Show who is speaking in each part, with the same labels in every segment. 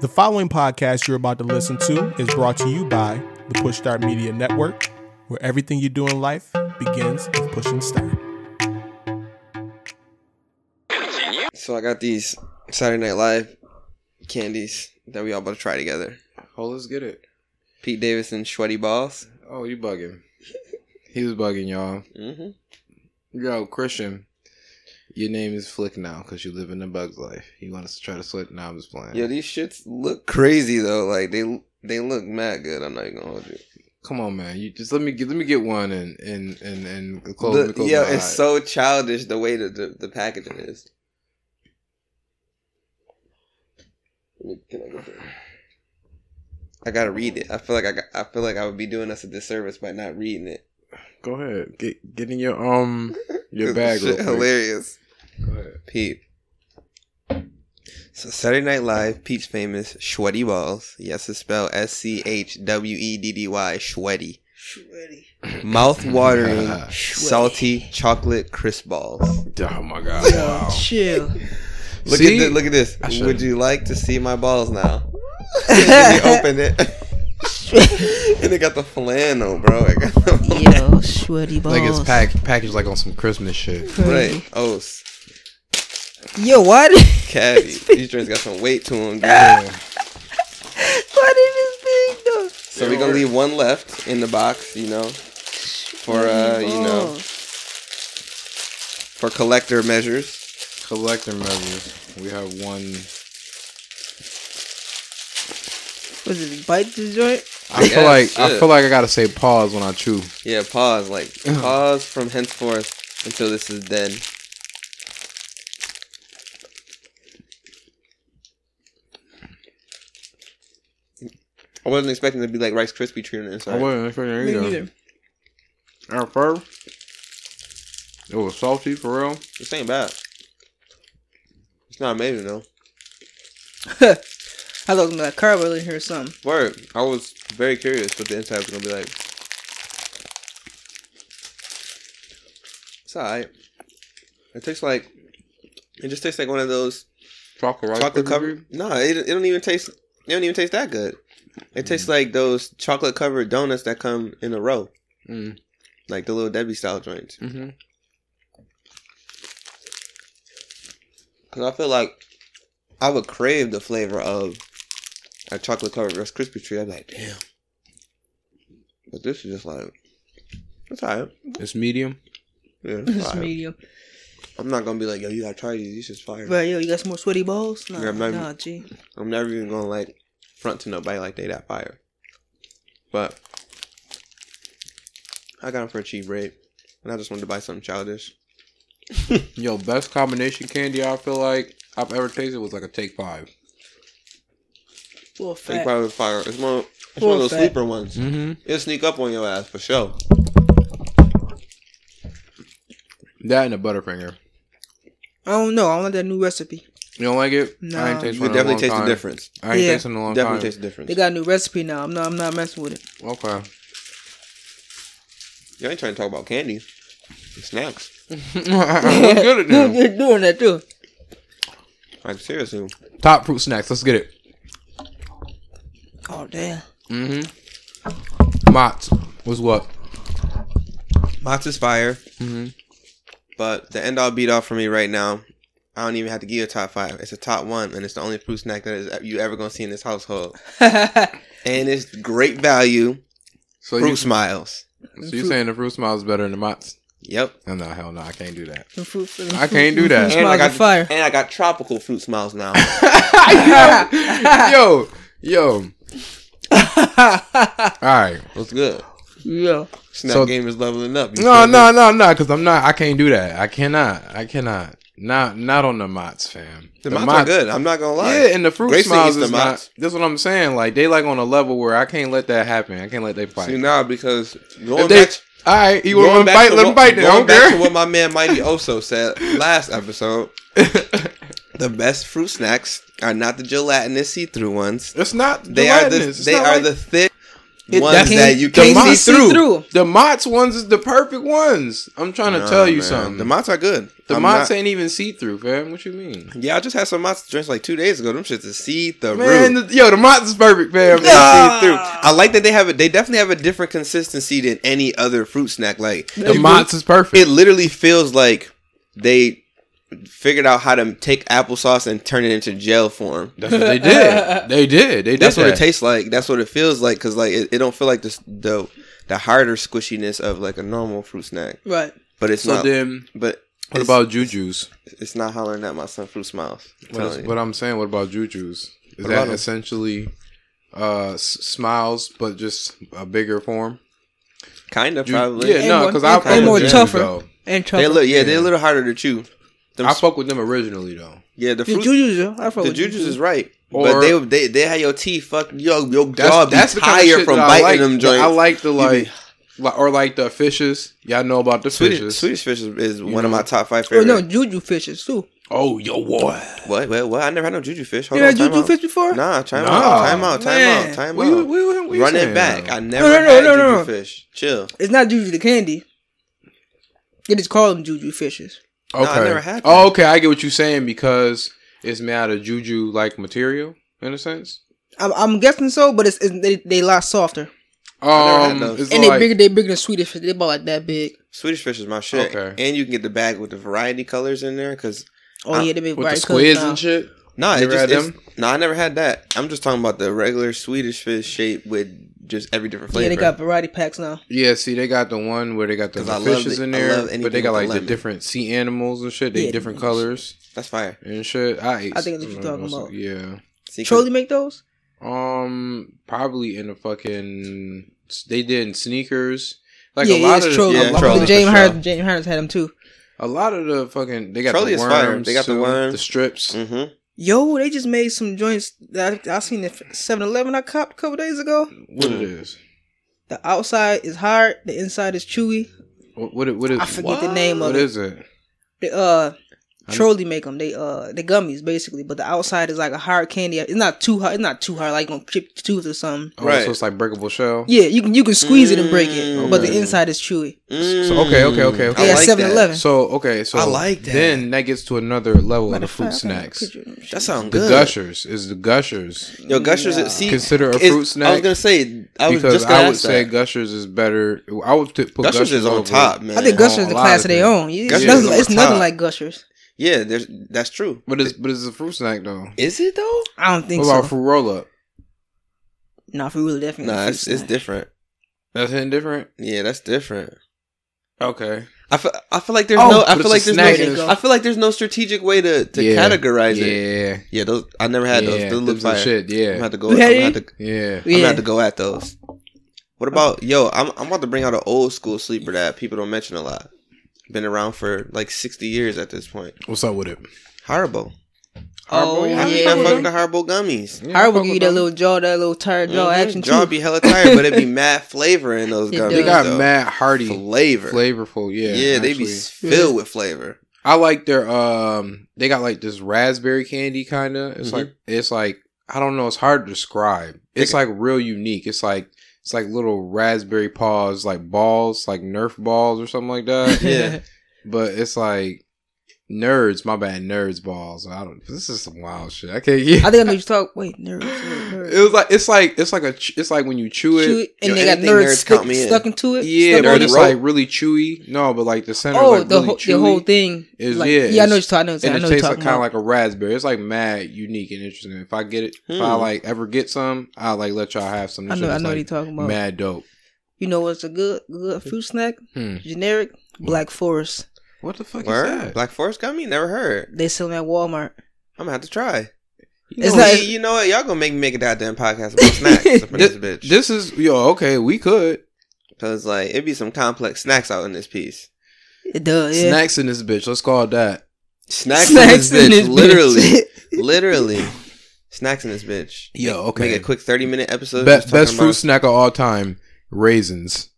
Speaker 1: The following podcast you're about to listen to is brought to you by the Push Start Media Network, where everything you do in life begins with pushing start.
Speaker 2: So I got these Saturday Night Live candies that we all about to try together.
Speaker 3: Oh, let's get it.
Speaker 2: Pete Davidson sweaty balls.
Speaker 3: Oh, you bugging. he was bugging, y'all.
Speaker 2: Mm-hmm.
Speaker 3: Yo, Christian, your name is Flick now because you live in the bug's life. You want us to try to sweat? Now I'm just playing.
Speaker 2: Yo, these shits look crazy though. Like they they look mad good. I'm not even gonna hold you.
Speaker 3: Come on, man. You just let me get let me get one and and and and close.
Speaker 2: The-
Speaker 3: close
Speaker 2: yo,
Speaker 3: my
Speaker 2: it's
Speaker 3: eye.
Speaker 2: so childish the way that the, the packaging is. Let me- Can I, get that? I gotta read it. I feel like I got, I feel like I would be doing us a disservice by not reading it.
Speaker 3: Go ahead. Get get in your um your
Speaker 2: 'Cause this
Speaker 3: bag.
Speaker 2: shit
Speaker 3: Real quick.
Speaker 2: hilarious.
Speaker 3: Go ahead.
Speaker 2: Pete. So Saturday Night Live, Pete's famous Schweddy balls. Yes, it's spelled S C H W E D D Y Schweddy. Schweddy. Mouth watering, salty chocolate crisp balls.
Speaker 3: Oh my god! Wow.
Speaker 4: Chill.
Speaker 2: Look
Speaker 3: See?
Speaker 2: at this, look at this.
Speaker 3: I
Speaker 2: Would
Speaker 3: should've-
Speaker 2: you like to see my balls now? and he opened it. and it got the flannel, bro. It got the
Speaker 4: Yo, sweaty balls.
Speaker 3: Like it's
Speaker 2: Oh.
Speaker 3: packed packaged like on some Christmas shit.
Speaker 4: Crazy.
Speaker 2: right. Oh, O's.
Speaker 4: Yo, why did,
Speaker 2: Caddy. These drinks got some weight to them.
Speaker 3: Yeah.
Speaker 4: why did this thing though?
Speaker 2: So we're gonna leave one left in the box, you know, for uh, you know, for collector measures.
Speaker 3: Collector measures. We have one.
Speaker 4: Was it bite the joint?
Speaker 3: I feel
Speaker 2: Yeah,
Speaker 3: like I
Speaker 2: shit.
Speaker 3: feel like I gotta say pause when I chew.
Speaker 2: Yeah, pause, like
Speaker 3: Ugh.
Speaker 2: pause from henceforth until this is done. I wasn't expecting to be like Rice Krispie treat on the
Speaker 3: I
Speaker 2: inside.
Speaker 3: wasn't expecting it either. At first, it was salty for real.
Speaker 2: This ain't bad. It's not amazing though.
Speaker 4: I thought it was gonna be like carb in here or something.
Speaker 2: Word. I was very curious what the inside was gonna be like. It's alright. It tastes like it just tastes like one of those
Speaker 3: Chocolate rice
Speaker 2: chocolate
Speaker 3: crispy.
Speaker 2: covered. No, it, it don't even taste. It don't even taste that good. It tastes like those chocolate covered donuts that come in a row,
Speaker 3: Mm.
Speaker 2: like the little Debbie style joints.
Speaker 3: hmm
Speaker 2: Cause I feel like I would crave the flavor of a chocolate covered Rice Krispie treat. I'd be like, damn. But this is just like, it's alright.
Speaker 3: It's medium.
Speaker 2: Yeah, it's
Speaker 4: It's
Speaker 2: alright.
Speaker 4: medium.
Speaker 2: I'm not gonna be like, yo, you gotta try these. These is fire.
Speaker 4: But yo, you got some more sweaty balls? Nah,
Speaker 2: Yeah, I'm not even-
Speaker 4: nah, G.
Speaker 2: I'm never even gonna like front to nobody like they that fire. But I got them for a cheap rate, and I just wanted to buy something childish.
Speaker 3: Yo, best combination candy I feel like I've ever tasted was like a Take Five.
Speaker 4: Full
Speaker 2: They
Speaker 4: fat.
Speaker 2: probably fire. It's one. It's
Speaker 4: Full
Speaker 2: one of those
Speaker 4: fat.
Speaker 2: sleeper ones.
Speaker 3: Mm-hmm.
Speaker 2: It'll sneak up on your ass for sure.
Speaker 3: That and a Butterfinger.
Speaker 4: I don't know. I don't like that new recipe.
Speaker 3: You don't like it?
Speaker 4: No.
Speaker 3: I ain't
Speaker 2: You
Speaker 3: tasted
Speaker 2: could
Speaker 3: one in a long
Speaker 2: definitely taste
Speaker 3: time.
Speaker 2: the difference.
Speaker 3: I ain't
Speaker 4: Yeah.
Speaker 3: tasted in a long
Speaker 2: Definitely
Speaker 3: time.
Speaker 2: taste the difference.
Speaker 4: They got a new recipe now. I'm not. I'm not messing with it.
Speaker 3: okay.
Speaker 2: you ain't trying to talk about candy, snacks.
Speaker 3: Let's get it then.
Speaker 4: They're doing that too.
Speaker 2: Like seriously,
Speaker 3: Top fruit snacks. Let's get it.
Speaker 4: Oh damn.
Speaker 3: Mm-hmm. Mott's was what?
Speaker 2: Mott's is fire.
Speaker 3: Mm-hmm.
Speaker 2: But the end all beat all for me right now, I don't even have to give you a top five. It's a top one, and it's the only fruit snack that is uh, you ever gonna see in this household. And it's great value.
Speaker 3: So
Speaker 2: Fruit
Speaker 3: Oh, you, so
Speaker 2: smiles.
Speaker 3: you saying the fruit smile is better than the Mott's?
Speaker 2: Yep.
Speaker 3: Oh, no, hell no, I can't do that.
Speaker 4: Them fruit- them
Speaker 3: I
Speaker 4: fruit-
Speaker 3: can't do
Speaker 4: them
Speaker 3: that.
Speaker 4: fruit
Speaker 2: And I
Speaker 4: smiles are
Speaker 2: got
Speaker 4: fire.
Speaker 2: and I got tropical fruit smiles now.
Speaker 3: yo, yo. All right.
Speaker 2: What's good?
Speaker 4: Yeah.
Speaker 2: Snap
Speaker 3: So-
Speaker 2: game is leveling up. You
Speaker 3: No,
Speaker 2: feel me?
Speaker 3: no, no, no. Because I'm not. I can't do that. I cannot. I cannot. Not, not on the Mott's, fam.
Speaker 2: The, mods are
Speaker 3: Mott's-
Speaker 2: good. I'm not gonna lie.
Speaker 3: Yeah, and the fruit
Speaker 2: Grayson
Speaker 3: smiles
Speaker 2: eats the
Speaker 3: is not.
Speaker 2: Mott's.
Speaker 3: That's what I'm saying. Like they like on a level where I can't let that happen. I can't let they fight.
Speaker 2: See now because going
Speaker 3: if they,
Speaker 2: back to-
Speaker 3: all right, you
Speaker 2: going
Speaker 3: want to
Speaker 2: back
Speaker 3: fight?
Speaker 2: to
Speaker 3: Let them
Speaker 2: what-
Speaker 3: fight. Then. I
Speaker 2: Going
Speaker 3: don't
Speaker 2: back to
Speaker 3: care.
Speaker 2: what my man Mighty Oso said last episode, the best fruit snacks are not the gelatinous see-through ones.
Speaker 3: It's not.
Speaker 2: They are the they are the thick
Speaker 4: It-
Speaker 2: ones
Speaker 4: can't-
Speaker 2: that you
Speaker 3: The
Speaker 2: can't
Speaker 4: Can't
Speaker 3: Mott's
Speaker 2: see
Speaker 4: see
Speaker 3: through.
Speaker 4: through.
Speaker 3: The Mott's ones is the perfect ones. I'm trying to
Speaker 2: Nah,
Speaker 3: tell you
Speaker 2: Oh, man.
Speaker 3: something.
Speaker 2: The Mott's are good.
Speaker 3: The
Speaker 2: I'm
Speaker 3: Mott's
Speaker 2: not-
Speaker 3: ain't even see through, fam. What you mean?
Speaker 2: Yeah, I just had some Mott's drinks like two days ago. Them shits is see the
Speaker 3: Man,
Speaker 2: root.
Speaker 3: the, Ah. yo, the Mott's is perfect, fam.
Speaker 2: See through. I like that they have it. They definitely have a different consistency than any other fruit snack. Like
Speaker 3: The Mott's is perfect.
Speaker 2: it literally feels like they figured out how to take applesauce and turn it into gel form.
Speaker 3: That's what they did. They did. They did.
Speaker 2: That's what it
Speaker 3: that.
Speaker 2: tastes like. That's what it feels like. Cause like it, it don't feel like this the the harder squishiness of like a normal fruit snack.
Speaker 4: Right.
Speaker 2: But it's
Speaker 3: So
Speaker 2: not.
Speaker 3: then,
Speaker 2: but
Speaker 3: what
Speaker 2: it's-
Speaker 3: about Juju's?
Speaker 2: It's not hollering at my son fruit smiles. I'm
Speaker 3: What,
Speaker 2: telling
Speaker 3: is,
Speaker 2: you.
Speaker 3: what I'm saying, what about Juju's? Is
Speaker 2: What
Speaker 3: that
Speaker 2: about 'em?
Speaker 3: essentially uh, s- smiles, but just a bigger form?
Speaker 2: kind of
Speaker 3: Ju-
Speaker 2: probably.
Speaker 3: yeah,
Speaker 4: And
Speaker 3: no,
Speaker 4: more-
Speaker 3: because I
Speaker 4: and
Speaker 3: fuck with
Speaker 2: more
Speaker 3: Juju's,
Speaker 4: tougher.
Speaker 3: though.
Speaker 4: And
Speaker 2: They
Speaker 4: chocolate.
Speaker 2: look, yeah, they're a little harder to chew. Them
Speaker 3: I
Speaker 2: s-
Speaker 3: fuck with them originally though.
Speaker 2: yeah, the
Speaker 4: The
Speaker 2: fruit,
Speaker 4: Juju's, yo. I fuck
Speaker 2: the
Speaker 4: with
Speaker 2: jujus
Speaker 4: Juju's.
Speaker 2: is right, but
Speaker 3: Or-
Speaker 2: they they they had your teeth fuck yo your
Speaker 3: That's,
Speaker 2: jaw be
Speaker 3: that's the kind of
Speaker 2: tired
Speaker 3: shit
Speaker 2: from
Speaker 3: that
Speaker 2: biting
Speaker 3: I like.
Speaker 2: them
Speaker 3: The- I
Speaker 2: joints.
Speaker 3: like the
Speaker 2: be-
Speaker 3: like, li- or like the fishes. Y'all know about the
Speaker 2: Swedish,
Speaker 3: fishes.
Speaker 2: Swedish fish is, is one of
Speaker 3: know.
Speaker 2: my top five
Speaker 4: Oh
Speaker 2: favorites.
Speaker 4: no, Juju fishes too.
Speaker 3: Oh yo, boy.
Speaker 2: What? What? What? I never had no juju fish. Hold
Speaker 4: You had
Speaker 2: on, time
Speaker 4: Juju
Speaker 2: out.
Speaker 4: fish before?
Speaker 2: Nah, time
Speaker 3: Nah.
Speaker 2: out, time out, time out,
Speaker 4: Man.
Speaker 2: time
Speaker 3: What you,
Speaker 2: out.
Speaker 3: what, you- what, you
Speaker 2: Run it
Speaker 3: saying
Speaker 2: back.
Speaker 3: now?
Speaker 2: I never
Speaker 4: no,
Speaker 2: had
Speaker 4: no, no,
Speaker 2: juju
Speaker 4: no.
Speaker 2: fish. Chill.
Speaker 4: It's not Juju the candy. They just call them Juju fishes.
Speaker 2: No, I never had
Speaker 3: Oh, okay. I get what you're saying because it's made out of juju like material in a sense.
Speaker 4: I'm, I'm guessing so, but it's, it's they they a lot softer
Speaker 2: never had
Speaker 3: Um,
Speaker 2: those.
Speaker 3: it's
Speaker 4: and
Speaker 3: like-
Speaker 4: they bigger they bigger than Swedish fish. They about like that big.
Speaker 2: Swedish fish is my shit.
Speaker 3: Okay.
Speaker 2: And you can get the bag with the variety colors in there because
Speaker 4: Oh
Speaker 2: Uh,
Speaker 4: yeah, they big
Speaker 3: Ah, with the
Speaker 4: bright
Speaker 3: squids
Speaker 4: colors now.
Speaker 3: and shit.
Speaker 2: No,
Speaker 3: You
Speaker 2: it
Speaker 3: ever
Speaker 2: just
Speaker 3: had
Speaker 2: it's,
Speaker 3: them?
Speaker 2: no. I never had that. I'm just talking about the regular Swedish fish shape with just every different
Speaker 4: Yeah,
Speaker 2: flavor.
Speaker 4: they got variety packs now.
Speaker 3: Yeah, see, they got the one where they got the
Speaker 2: 'Cause I love
Speaker 3: fishes
Speaker 2: the-
Speaker 3: in
Speaker 2: I
Speaker 3: there,
Speaker 2: love
Speaker 3: but they
Speaker 2: anything
Speaker 3: got
Speaker 2: with
Speaker 3: like
Speaker 2: the
Speaker 3: the
Speaker 2: lemon.
Speaker 3: different sea animals and shit. They
Speaker 4: Yeah.
Speaker 3: different colors
Speaker 2: That's fire.
Speaker 3: and shit. I ate.
Speaker 4: I think that's what you're
Speaker 3: some of
Speaker 4: talking
Speaker 3: those,
Speaker 4: about.
Speaker 3: Yeah.
Speaker 2: See, 'cause
Speaker 4: Trolley make those?
Speaker 3: Um, probably in the fucking. They did in sneakers. Like
Speaker 4: yeah,
Speaker 3: a lot
Speaker 4: yeah,
Speaker 3: of
Speaker 4: it's
Speaker 3: the,
Speaker 4: Trolley.
Speaker 2: yeah,
Speaker 3: a, lot
Speaker 2: Trolley
Speaker 3: of
Speaker 4: Yeah,
Speaker 3: the,
Speaker 2: for
Speaker 4: James
Speaker 2: sure.
Speaker 4: Harris, James Harris had them too.
Speaker 3: a lot of the fucking they got
Speaker 2: Trolley
Speaker 3: the
Speaker 2: is
Speaker 3: worms,
Speaker 2: fire. They got the
Speaker 3: too,
Speaker 2: worms.
Speaker 3: the strips.
Speaker 2: Mhm.
Speaker 4: Yo, they just made some joints that I, I seen at 7-Eleven I copped a couple days ago.
Speaker 3: What it is?
Speaker 4: The outside is hard, the inside is chewy.
Speaker 3: What what it, what is?
Speaker 4: I forget the name of
Speaker 3: What
Speaker 4: it.
Speaker 3: is it?
Speaker 4: They uh
Speaker 3: I'm-
Speaker 4: trolley make them. They uh they gummies basically, but the outside is like a hard candy. It's not too hard. It's not too hard. Like gonna chip your tooth or something.
Speaker 3: Oh,
Speaker 2: Right.
Speaker 3: So it's like breakable shell.
Speaker 4: Yeah, you can you can squeeze it and break it,
Speaker 2: Mm.
Speaker 4: but the
Speaker 3: Okay.
Speaker 4: inside is chewy.
Speaker 3: So- okay, okay, okay, okay.
Speaker 2: I
Speaker 4: Yeah,
Speaker 2: like that.
Speaker 4: 7-Eleven.
Speaker 3: So okay, so
Speaker 2: I like that.
Speaker 3: Then that gets to another level
Speaker 4: Matter
Speaker 3: of the fruit
Speaker 4: of fact, I got a
Speaker 3: snacks.
Speaker 4: picture of them
Speaker 2: That
Speaker 4: shit.
Speaker 2: sounds
Speaker 3: The
Speaker 2: good.
Speaker 3: gushers is the gushers.
Speaker 2: Yo, gushers.
Speaker 4: Yeah.
Speaker 2: See,
Speaker 3: Consider a
Speaker 2: it's-
Speaker 3: fruit snack.
Speaker 2: I was gonna say. I was
Speaker 3: because
Speaker 2: just
Speaker 3: I
Speaker 2: gonna
Speaker 3: would
Speaker 2: ask
Speaker 3: say
Speaker 2: that.
Speaker 3: gushers is better. I would t- put
Speaker 2: gushers, is on
Speaker 3: over-
Speaker 2: top, man.
Speaker 4: I think
Speaker 3: Gus-
Speaker 4: Gushers
Speaker 3: Oh,
Speaker 4: is
Speaker 3: a
Speaker 4: a
Speaker 3: lot
Speaker 4: class
Speaker 3: of
Speaker 4: of their
Speaker 3: things.
Speaker 4: own. Yeah,
Speaker 2: Gushers
Speaker 4: It's
Speaker 2: is
Speaker 4: nothing,
Speaker 2: over
Speaker 4: it's nothing
Speaker 2: top.
Speaker 4: like Gushers.
Speaker 2: yeah, there's that's true.
Speaker 3: But it's but it's a fruit snack though.
Speaker 2: Is it though?
Speaker 4: I don't think
Speaker 3: What about
Speaker 4: so.
Speaker 3: fruit roll up?
Speaker 4: nah, for really definitely.
Speaker 2: Nah,
Speaker 4: fruit
Speaker 2: it's, it's
Speaker 4: snack.
Speaker 2: different.
Speaker 3: That's hitting different.
Speaker 2: Yeah, that's different.
Speaker 3: Okay.
Speaker 2: I feel, I feel like there's
Speaker 3: Oh,
Speaker 2: no I
Speaker 3: but
Speaker 2: feel like
Speaker 3: it's a
Speaker 2: there's
Speaker 3: snack
Speaker 4: and
Speaker 2: no
Speaker 4: it's-
Speaker 2: I feel like there's no strategic way to, to
Speaker 3: Yeah.
Speaker 2: categorize
Speaker 3: yeah.
Speaker 2: it. Yeah, those I never had those.
Speaker 3: Yeah.
Speaker 2: Those look
Speaker 3: Them's the
Speaker 2: fire.
Speaker 3: shit.
Speaker 2: I'm gonna
Speaker 3: Yeah.
Speaker 2: have to go.
Speaker 4: You
Speaker 2: I'm
Speaker 4: had
Speaker 2: gonna have
Speaker 4: any?
Speaker 2: to,
Speaker 3: Yeah.
Speaker 2: I'm gonna
Speaker 4: Yeah.
Speaker 2: have to go at those. What about yo? I'm I'm about to bring out an old school sleeper that people don't mention a lot. Been around for like 60 years at this point.
Speaker 3: What's up with it?
Speaker 2: Haribo.
Speaker 3: Haribo,
Speaker 4: Oh,
Speaker 2: I
Speaker 3: yeah.
Speaker 4: yeah.
Speaker 2: I fucking the Haribo gummies.
Speaker 3: Yeah,
Speaker 4: I
Speaker 3: fuck
Speaker 4: will give you
Speaker 3: with
Speaker 4: that
Speaker 3: them.
Speaker 4: little jaw, that little tired jaw
Speaker 2: Mhm.
Speaker 4: action
Speaker 2: Jaw
Speaker 4: too.
Speaker 2: be hella tired, but it be mad flavor in those
Speaker 4: It
Speaker 2: gummies.
Speaker 4: does.
Speaker 3: They got
Speaker 2: though.
Speaker 3: mad hearty,
Speaker 2: flavor.
Speaker 3: flavorful. Yeah.
Speaker 2: yeah, they be
Speaker 3: actually.
Speaker 2: filled with flavor.
Speaker 3: I like their um they got like this raspberry candy kind of. It's
Speaker 4: Mm-hmm.
Speaker 2: Mhm.
Speaker 3: like it's like I don't know, it's hard to describe. It's like real unique. It's like it's like little raspberry paws, like balls, like Nerf balls or something like that.
Speaker 2: Yeah.
Speaker 3: but it's like nerds, my bad, nerds balls. I don't. This is some wild shit. I can't get.
Speaker 4: I think I know you talk. Wait, nerds. nerds.
Speaker 3: It was like it's like it's like a ch- it's like when you chew it.
Speaker 4: Chew it, and
Speaker 2: Yo,
Speaker 4: they got
Speaker 2: anything
Speaker 4: nerds,
Speaker 2: nerds count
Speaker 4: stuck,
Speaker 2: me in.
Speaker 4: stuck into it.
Speaker 3: yeah,
Speaker 4: stuck
Speaker 3: but
Speaker 4: on
Speaker 2: nerds
Speaker 3: it's
Speaker 4: it.
Speaker 2: roll.
Speaker 3: like really chewy. No, but like the center
Speaker 4: oh,
Speaker 3: like
Speaker 4: the
Speaker 3: really
Speaker 4: whole
Speaker 3: chewy.
Speaker 4: the whole thing.
Speaker 3: Is-
Speaker 4: like,
Speaker 3: yeah,
Speaker 4: yeah, I
Speaker 3: it's-
Speaker 4: know what you're talking about. I
Speaker 3: and
Speaker 4: know
Speaker 3: it
Speaker 4: what you're
Speaker 3: tastes
Speaker 4: talking
Speaker 3: like, kind of
Speaker 4: about.
Speaker 3: like a raspberry. It's like mad unique and interesting. If I get it, if I
Speaker 2: Hmm.
Speaker 3: like ever get some, I'll like let y'all have some.
Speaker 4: I
Speaker 3: This
Speaker 4: know,
Speaker 3: shit
Speaker 4: I
Speaker 3: is,
Speaker 4: know what you're
Speaker 3: like,
Speaker 4: talking about.
Speaker 3: Mad dope.
Speaker 4: You know what's a good good fruit snack?
Speaker 3: Hmm.
Speaker 4: Generic Black Forest.
Speaker 3: What the fuck
Speaker 2: Word?
Speaker 3: is that?
Speaker 2: Black Forest gummy? Never heard.
Speaker 4: They sell them at Walmart.
Speaker 2: I'm gonna have to try.
Speaker 3: You
Speaker 4: It's
Speaker 3: know,
Speaker 4: like-
Speaker 2: Hey, you know what? Y'all gonna make me make a goddamn podcast about snacks up in this bitch.
Speaker 3: this is yo okay. We could
Speaker 2: Cause like it'd be some complex snacks out in this piece.
Speaker 4: It does. Yeah.
Speaker 3: snacks in this bitch. Let's call it that.
Speaker 2: Snacks,
Speaker 4: Snacks
Speaker 2: in
Speaker 4: in
Speaker 2: this bitch.
Speaker 4: this
Speaker 2: literally,
Speaker 4: bitch.
Speaker 2: literally, snacks in this bitch.
Speaker 3: Yo okay.
Speaker 2: Make a quick thirty minute episode.
Speaker 3: Be-
Speaker 2: just talking
Speaker 3: best fruit
Speaker 2: about-
Speaker 3: snack of all time, raisins.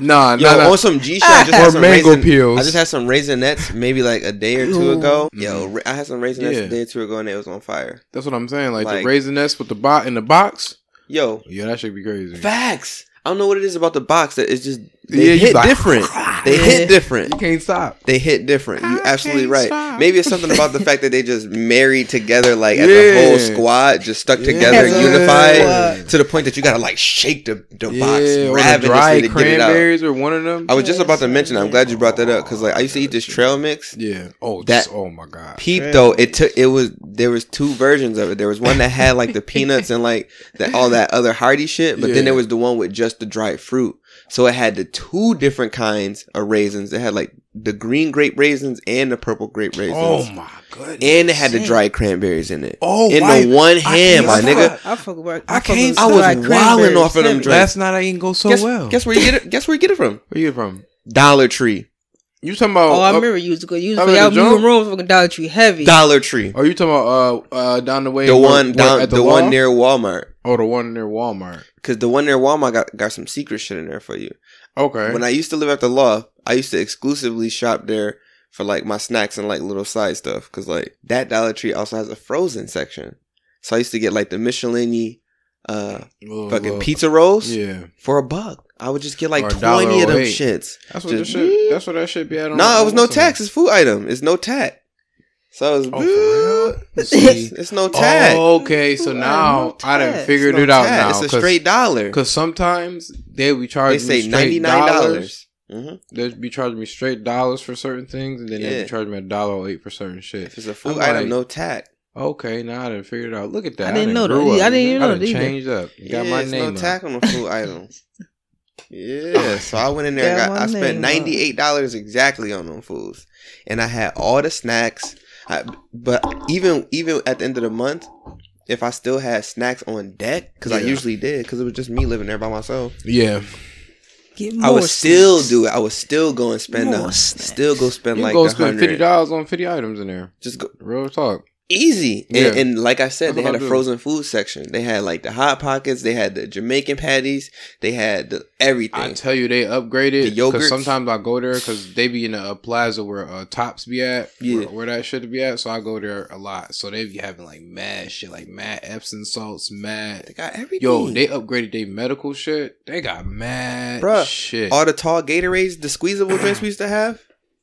Speaker 3: Nah,
Speaker 2: Yo,
Speaker 3: nah, nah.
Speaker 2: on some G shit. I just
Speaker 3: Or
Speaker 2: had some
Speaker 3: mango
Speaker 2: raisin-
Speaker 3: peels.
Speaker 2: I just had some raisinets maybe like a day or two
Speaker 4: Ooh.
Speaker 2: ago. Yo, ra- I had some raisinets
Speaker 3: Mm-hmm. Yeah.
Speaker 2: a day or two ago and it was on fire.
Speaker 3: That's what I'm saying. Like,
Speaker 2: Like-
Speaker 3: the raisin nest with the bot in the box.
Speaker 2: Yo,
Speaker 3: Yeah, that should be crazy.
Speaker 2: facts. I don't know what it is about the box that it's just they
Speaker 3: Yeah, you
Speaker 2: hit
Speaker 3: like-
Speaker 2: different. They hit different.
Speaker 3: You can't stop.
Speaker 2: They hit different. You
Speaker 3: I
Speaker 2: absolutely
Speaker 3: can't
Speaker 2: right.
Speaker 3: stop.
Speaker 2: Maybe it's something about the fact that they just married together, like as
Speaker 3: Yeah.
Speaker 2: a whole squad, just stuck together,
Speaker 4: Yeah.
Speaker 2: unified
Speaker 4: Yeah.
Speaker 2: to the point that you gotta like shake the, the
Speaker 3: yeah,
Speaker 2: box
Speaker 3: or the
Speaker 2: ravenously
Speaker 3: dried
Speaker 2: to get it out.
Speaker 3: cranberries or one of them.
Speaker 2: I was just about to mention. I'm glad you brought that up because like I used to eat this trail mix.
Speaker 3: yeah. Oh,
Speaker 2: That-
Speaker 3: just, oh my god.
Speaker 2: Peep though, it took it was there was two versions of it. There was one that had like the peanuts and like the, all that other hearty shit, but
Speaker 3: Yeah.
Speaker 2: then there was the one with just the dried fruit. So it had the two different kinds of raisins. It had like the green grape raisins and the purple grape raisins.
Speaker 3: Oh my goodness.
Speaker 2: and it had the
Speaker 4: Dang.
Speaker 2: dried cranberries in it.
Speaker 3: oh,
Speaker 2: in
Speaker 3: why-
Speaker 2: the one hand, my
Speaker 3: can't
Speaker 2: nigga.
Speaker 3: stop.
Speaker 4: I fuck with.
Speaker 3: I can't-
Speaker 4: fuck
Speaker 2: I
Speaker 4: with
Speaker 2: was
Speaker 4: fried
Speaker 2: wildin'
Speaker 4: cranberries.
Speaker 2: off of them
Speaker 4: Damn it.
Speaker 2: drinks.
Speaker 3: Last night I didn't go so
Speaker 2: guess,
Speaker 3: well.
Speaker 2: guess where you get it? Guess where you get it from?
Speaker 3: where you from?
Speaker 2: Dollar Tree.
Speaker 3: You talking about?
Speaker 4: Oh, I
Speaker 3: up-
Speaker 4: remember you used to go. You used
Speaker 3: I
Speaker 4: to y'all
Speaker 3: remember
Speaker 4: moving
Speaker 3: Jones.
Speaker 4: rooms fucking Dollar Tree heavy.
Speaker 2: Dollar Tree.
Speaker 3: Are oh, you talking about uh uh down the way?
Speaker 2: The
Speaker 3: where-
Speaker 2: one
Speaker 3: where-
Speaker 2: down,
Speaker 3: at
Speaker 2: the,
Speaker 3: law?
Speaker 2: one near Walmart.
Speaker 3: Oh, the one near Walmart.
Speaker 2: Cause the one near Walmart got, got some secret shit in there for you.
Speaker 3: Okay.
Speaker 2: When I used to live at the law, I used to exclusively shop there for like my snacks and like little side stuff. Cause like that Dollar Tree also has a frozen section. So I used to get like the Michelin uh
Speaker 3: Little-
Speaker 2: fucking
Speaker 3: little-
Speaker 2: pizza rolls
Speaker 3: Yeah,
Speaker 2: for a buck. I would just get
Speaker 3: Or
Speaker 2: like
Speaker 3: a
Speaker 2: twenty of them
Speaker 3: $1.08.
Speaker 2: shits.
Speaker 3: that's what
Speaker 2: Just-
Speaker 3: that shit. That's what that shit be at. on-
Speaker 2: No, it was
Speaker 3: on
Speaker 2: no
Speaker 3: Walmart.
Speaker 2: tax. It's food item. It's no tat. So it's,
Speaker 3: Oh, for real?
Speaker 2: it's,
Speaker 3: See.
Speaker 2: it's no tat.
Speaker 3: Oh, okay, so
Speaker 4: Ooh, I
Speaker 3: now
Speaker 4: love
Speaker 3: I done
Speaker 4: tax.
Speaker 2: It's
Speaker 3: figured
Speaker 2: no
Speaker 3: it out
Speaker 2: tat.
Speaker 3: now.
Speaker 2: It's a
Speaker 3: cause,
Speaker 2: straight dollar.
Speaker 3: Cause sometimes they be
Speaker 2: They
Speaker 3: charging
Speaker 2: say
Speaker 3: me
Speaker 2: ninety
Speaker 3: ninety
Speaker 2: nine dollars. hmm
Speaker 3: They be charging me straight dollars for certain things, and then they
Speaker 2: Yeah.
Speaker 3: be charging me a dollar eight for certain shit.
Speaker 2: If it's a food
Speaker 3: I'm
Speaker 2: item,
Speaker 3: like-
Speaker 2: no tat.
Speaker 3: Okay, now I done figured it out. Look at that.
Speaker 4: I didn't know that.
Speaker 3: grew up.
Speaker 4: I didn't even know
Speaker 3: done
Speaker 4: that either.
Speaker 3: changed up. Got
Speaker 2: yeah,
Speaker 3: my
Speaker 2: it's
Speaker 3: name.
Speaker 2: no
Speaker 3: up.
Speaker 2: tax on the food item. Yeah, so I went in there.
Speaker 4: Got
Speaker 2: and got, I
Speaker 4: my
Speaker 2: spent
Speaker 4: name up.
Speaker 2: ninety eight dollars exactly on them foods, and I had all the snacks. I, but even even at the end of the month, if I still had snacks on deck, because I
Speaker 3: Yeah.
Speaker 2: usually did, because it was just me living there by myself.
Speaker 3: Yeah,
Speaker 4: Get
Speaker 2: I
Speaker 4: more
Speaker 2: would still
Speaker 4: snacks.
Speaker 2: do it. I would still go and spend.
Speaker 4: More
Speaker 2: the-
Speaker 4: snacks.
Speaker 2: still go spend
Speaker 3: you
Speaker 2: like
Speaker 3: go
Speaker 2: the
Speaker 3: spend fifty
Speaker 2: hundred.
Speaker 3: dollars on fifty items in there.
Speaker 2: Just go
Speaker 3: Real talk.
Speaker 2: easy. And,
Speaker 3: Yeah.
Speaker 2: and like I said,
Speaker 3: That's
Speaker 2: they had
Speaker 3: what I
Speaker 2: a
Speaker 3: do.
Speaker 2: frozen food section. They had like the hot pockets. They had the Jamaican patties. They had the,
Speaker 3: I
Speaker 2: everything.
Speaker 3: tell you, they upgraded
Speaker 2: The yogurts.
Speaker 3: because sometimes I go there because they be in a, plaza where uh, Tops be at,
Speaker 2: Yeah.
Speaker 3: where, where that shit be at. So I go there a lot. So they be having like mad shit, like mad Epsom salts, mad.
Speaker 2: they got everything.
Speaker 3: Yo, they upgraded their medical shit. They got mad
Speaker 2: Bruh,
Speaker 3: shit.
Speaker 2: all the tall Gatorades, the squeezable drinks we used to have.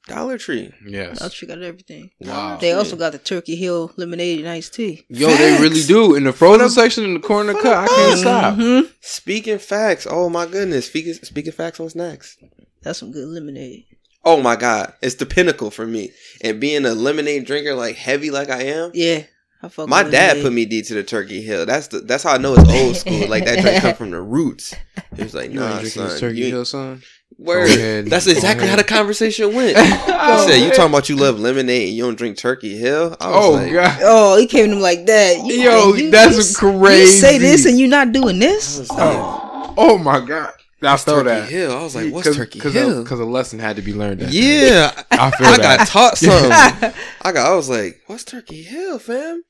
Speaker 2: Dollar Tree.
Speaker 4: Dollar
Speaker 3: yes.
Speaker 4: Tree got everything.
Speaker 3: Wow.
Speaker 4: They also got the Turkey Hill lemonade and iced tea.
Speaker 3: Yo, they really
Speaker 2: Facts.
Speaker 3: do. In the frozen section in the corner of the cut, I can't stop.
Speaker 4: Mhm.
Speaker 2: Speaking facts. Oh my goodness. Speaking speaking facts on snacks.
Speaker 4: That's some good lemonade.
Speaker 2: Oh my god. It's the pinnacle for me. And being a lemonade drinker like heavy like I am.
Speaker 4: Yeah, I fuck.
Speaker 2: My
Speaker 4: with
Speaker 2: dad
Speaker 4: lemonade.
Speaker 2: put me D to the Turkey Hill. That's the that's how I know it's old school. Like that drink come from the roots. It was like,
Speaker 3: You
Speaker 2: nah,
Speaker 3: ain't drinking
Speaker 2: son.
Speaker 3: this Turkey
Speaker 2: you-
Speaker 3: Hill, son?
Speaker 2: word.
Speaker 3: Go ahead.
Speaker 2: That's
Speaker 3: Go
Speaker 2: exactly how
Speaker 3: ahead. Oh,
Speaker 2: the conversation went. He
Speaker 3: I
Speaker 2: said, "You talking about you love lemonade and you don't drink Turkey Hill?" I was
Speaker 3: Oh
Speaker 2: like,
Speaker 3: god.
Speaker 4: Oh, he came to him like that. You-
Speaker 3: Yo,
Speaker 4: you-
Speaker 3: that's
Speaker 4: you,
Speaker 3: crazy.
Speaker 4: You say this and you not doing
Speaker 2: I
Speaker 4: this.
Speaker 2: was like,
Speaker 3: Oh my god. I
Speaker 2: "What's
Speaker 3: feel
Speaker 2: Turkey
Speaker 3: that.
Speaker 2: Hill." I was like, "What's Turkey
Speaker 3: cause
Speaker 2: Hill?"
Speaker 3: A, Cause a lesson had to be learned. that day.
Speaker 2: yeah, I,
Speaker 3: I feel
Speaker 2: I
Speaker 3: that.
Speaker 2: got taught something. I got. I was like, "What's Turkey Hill, fam?"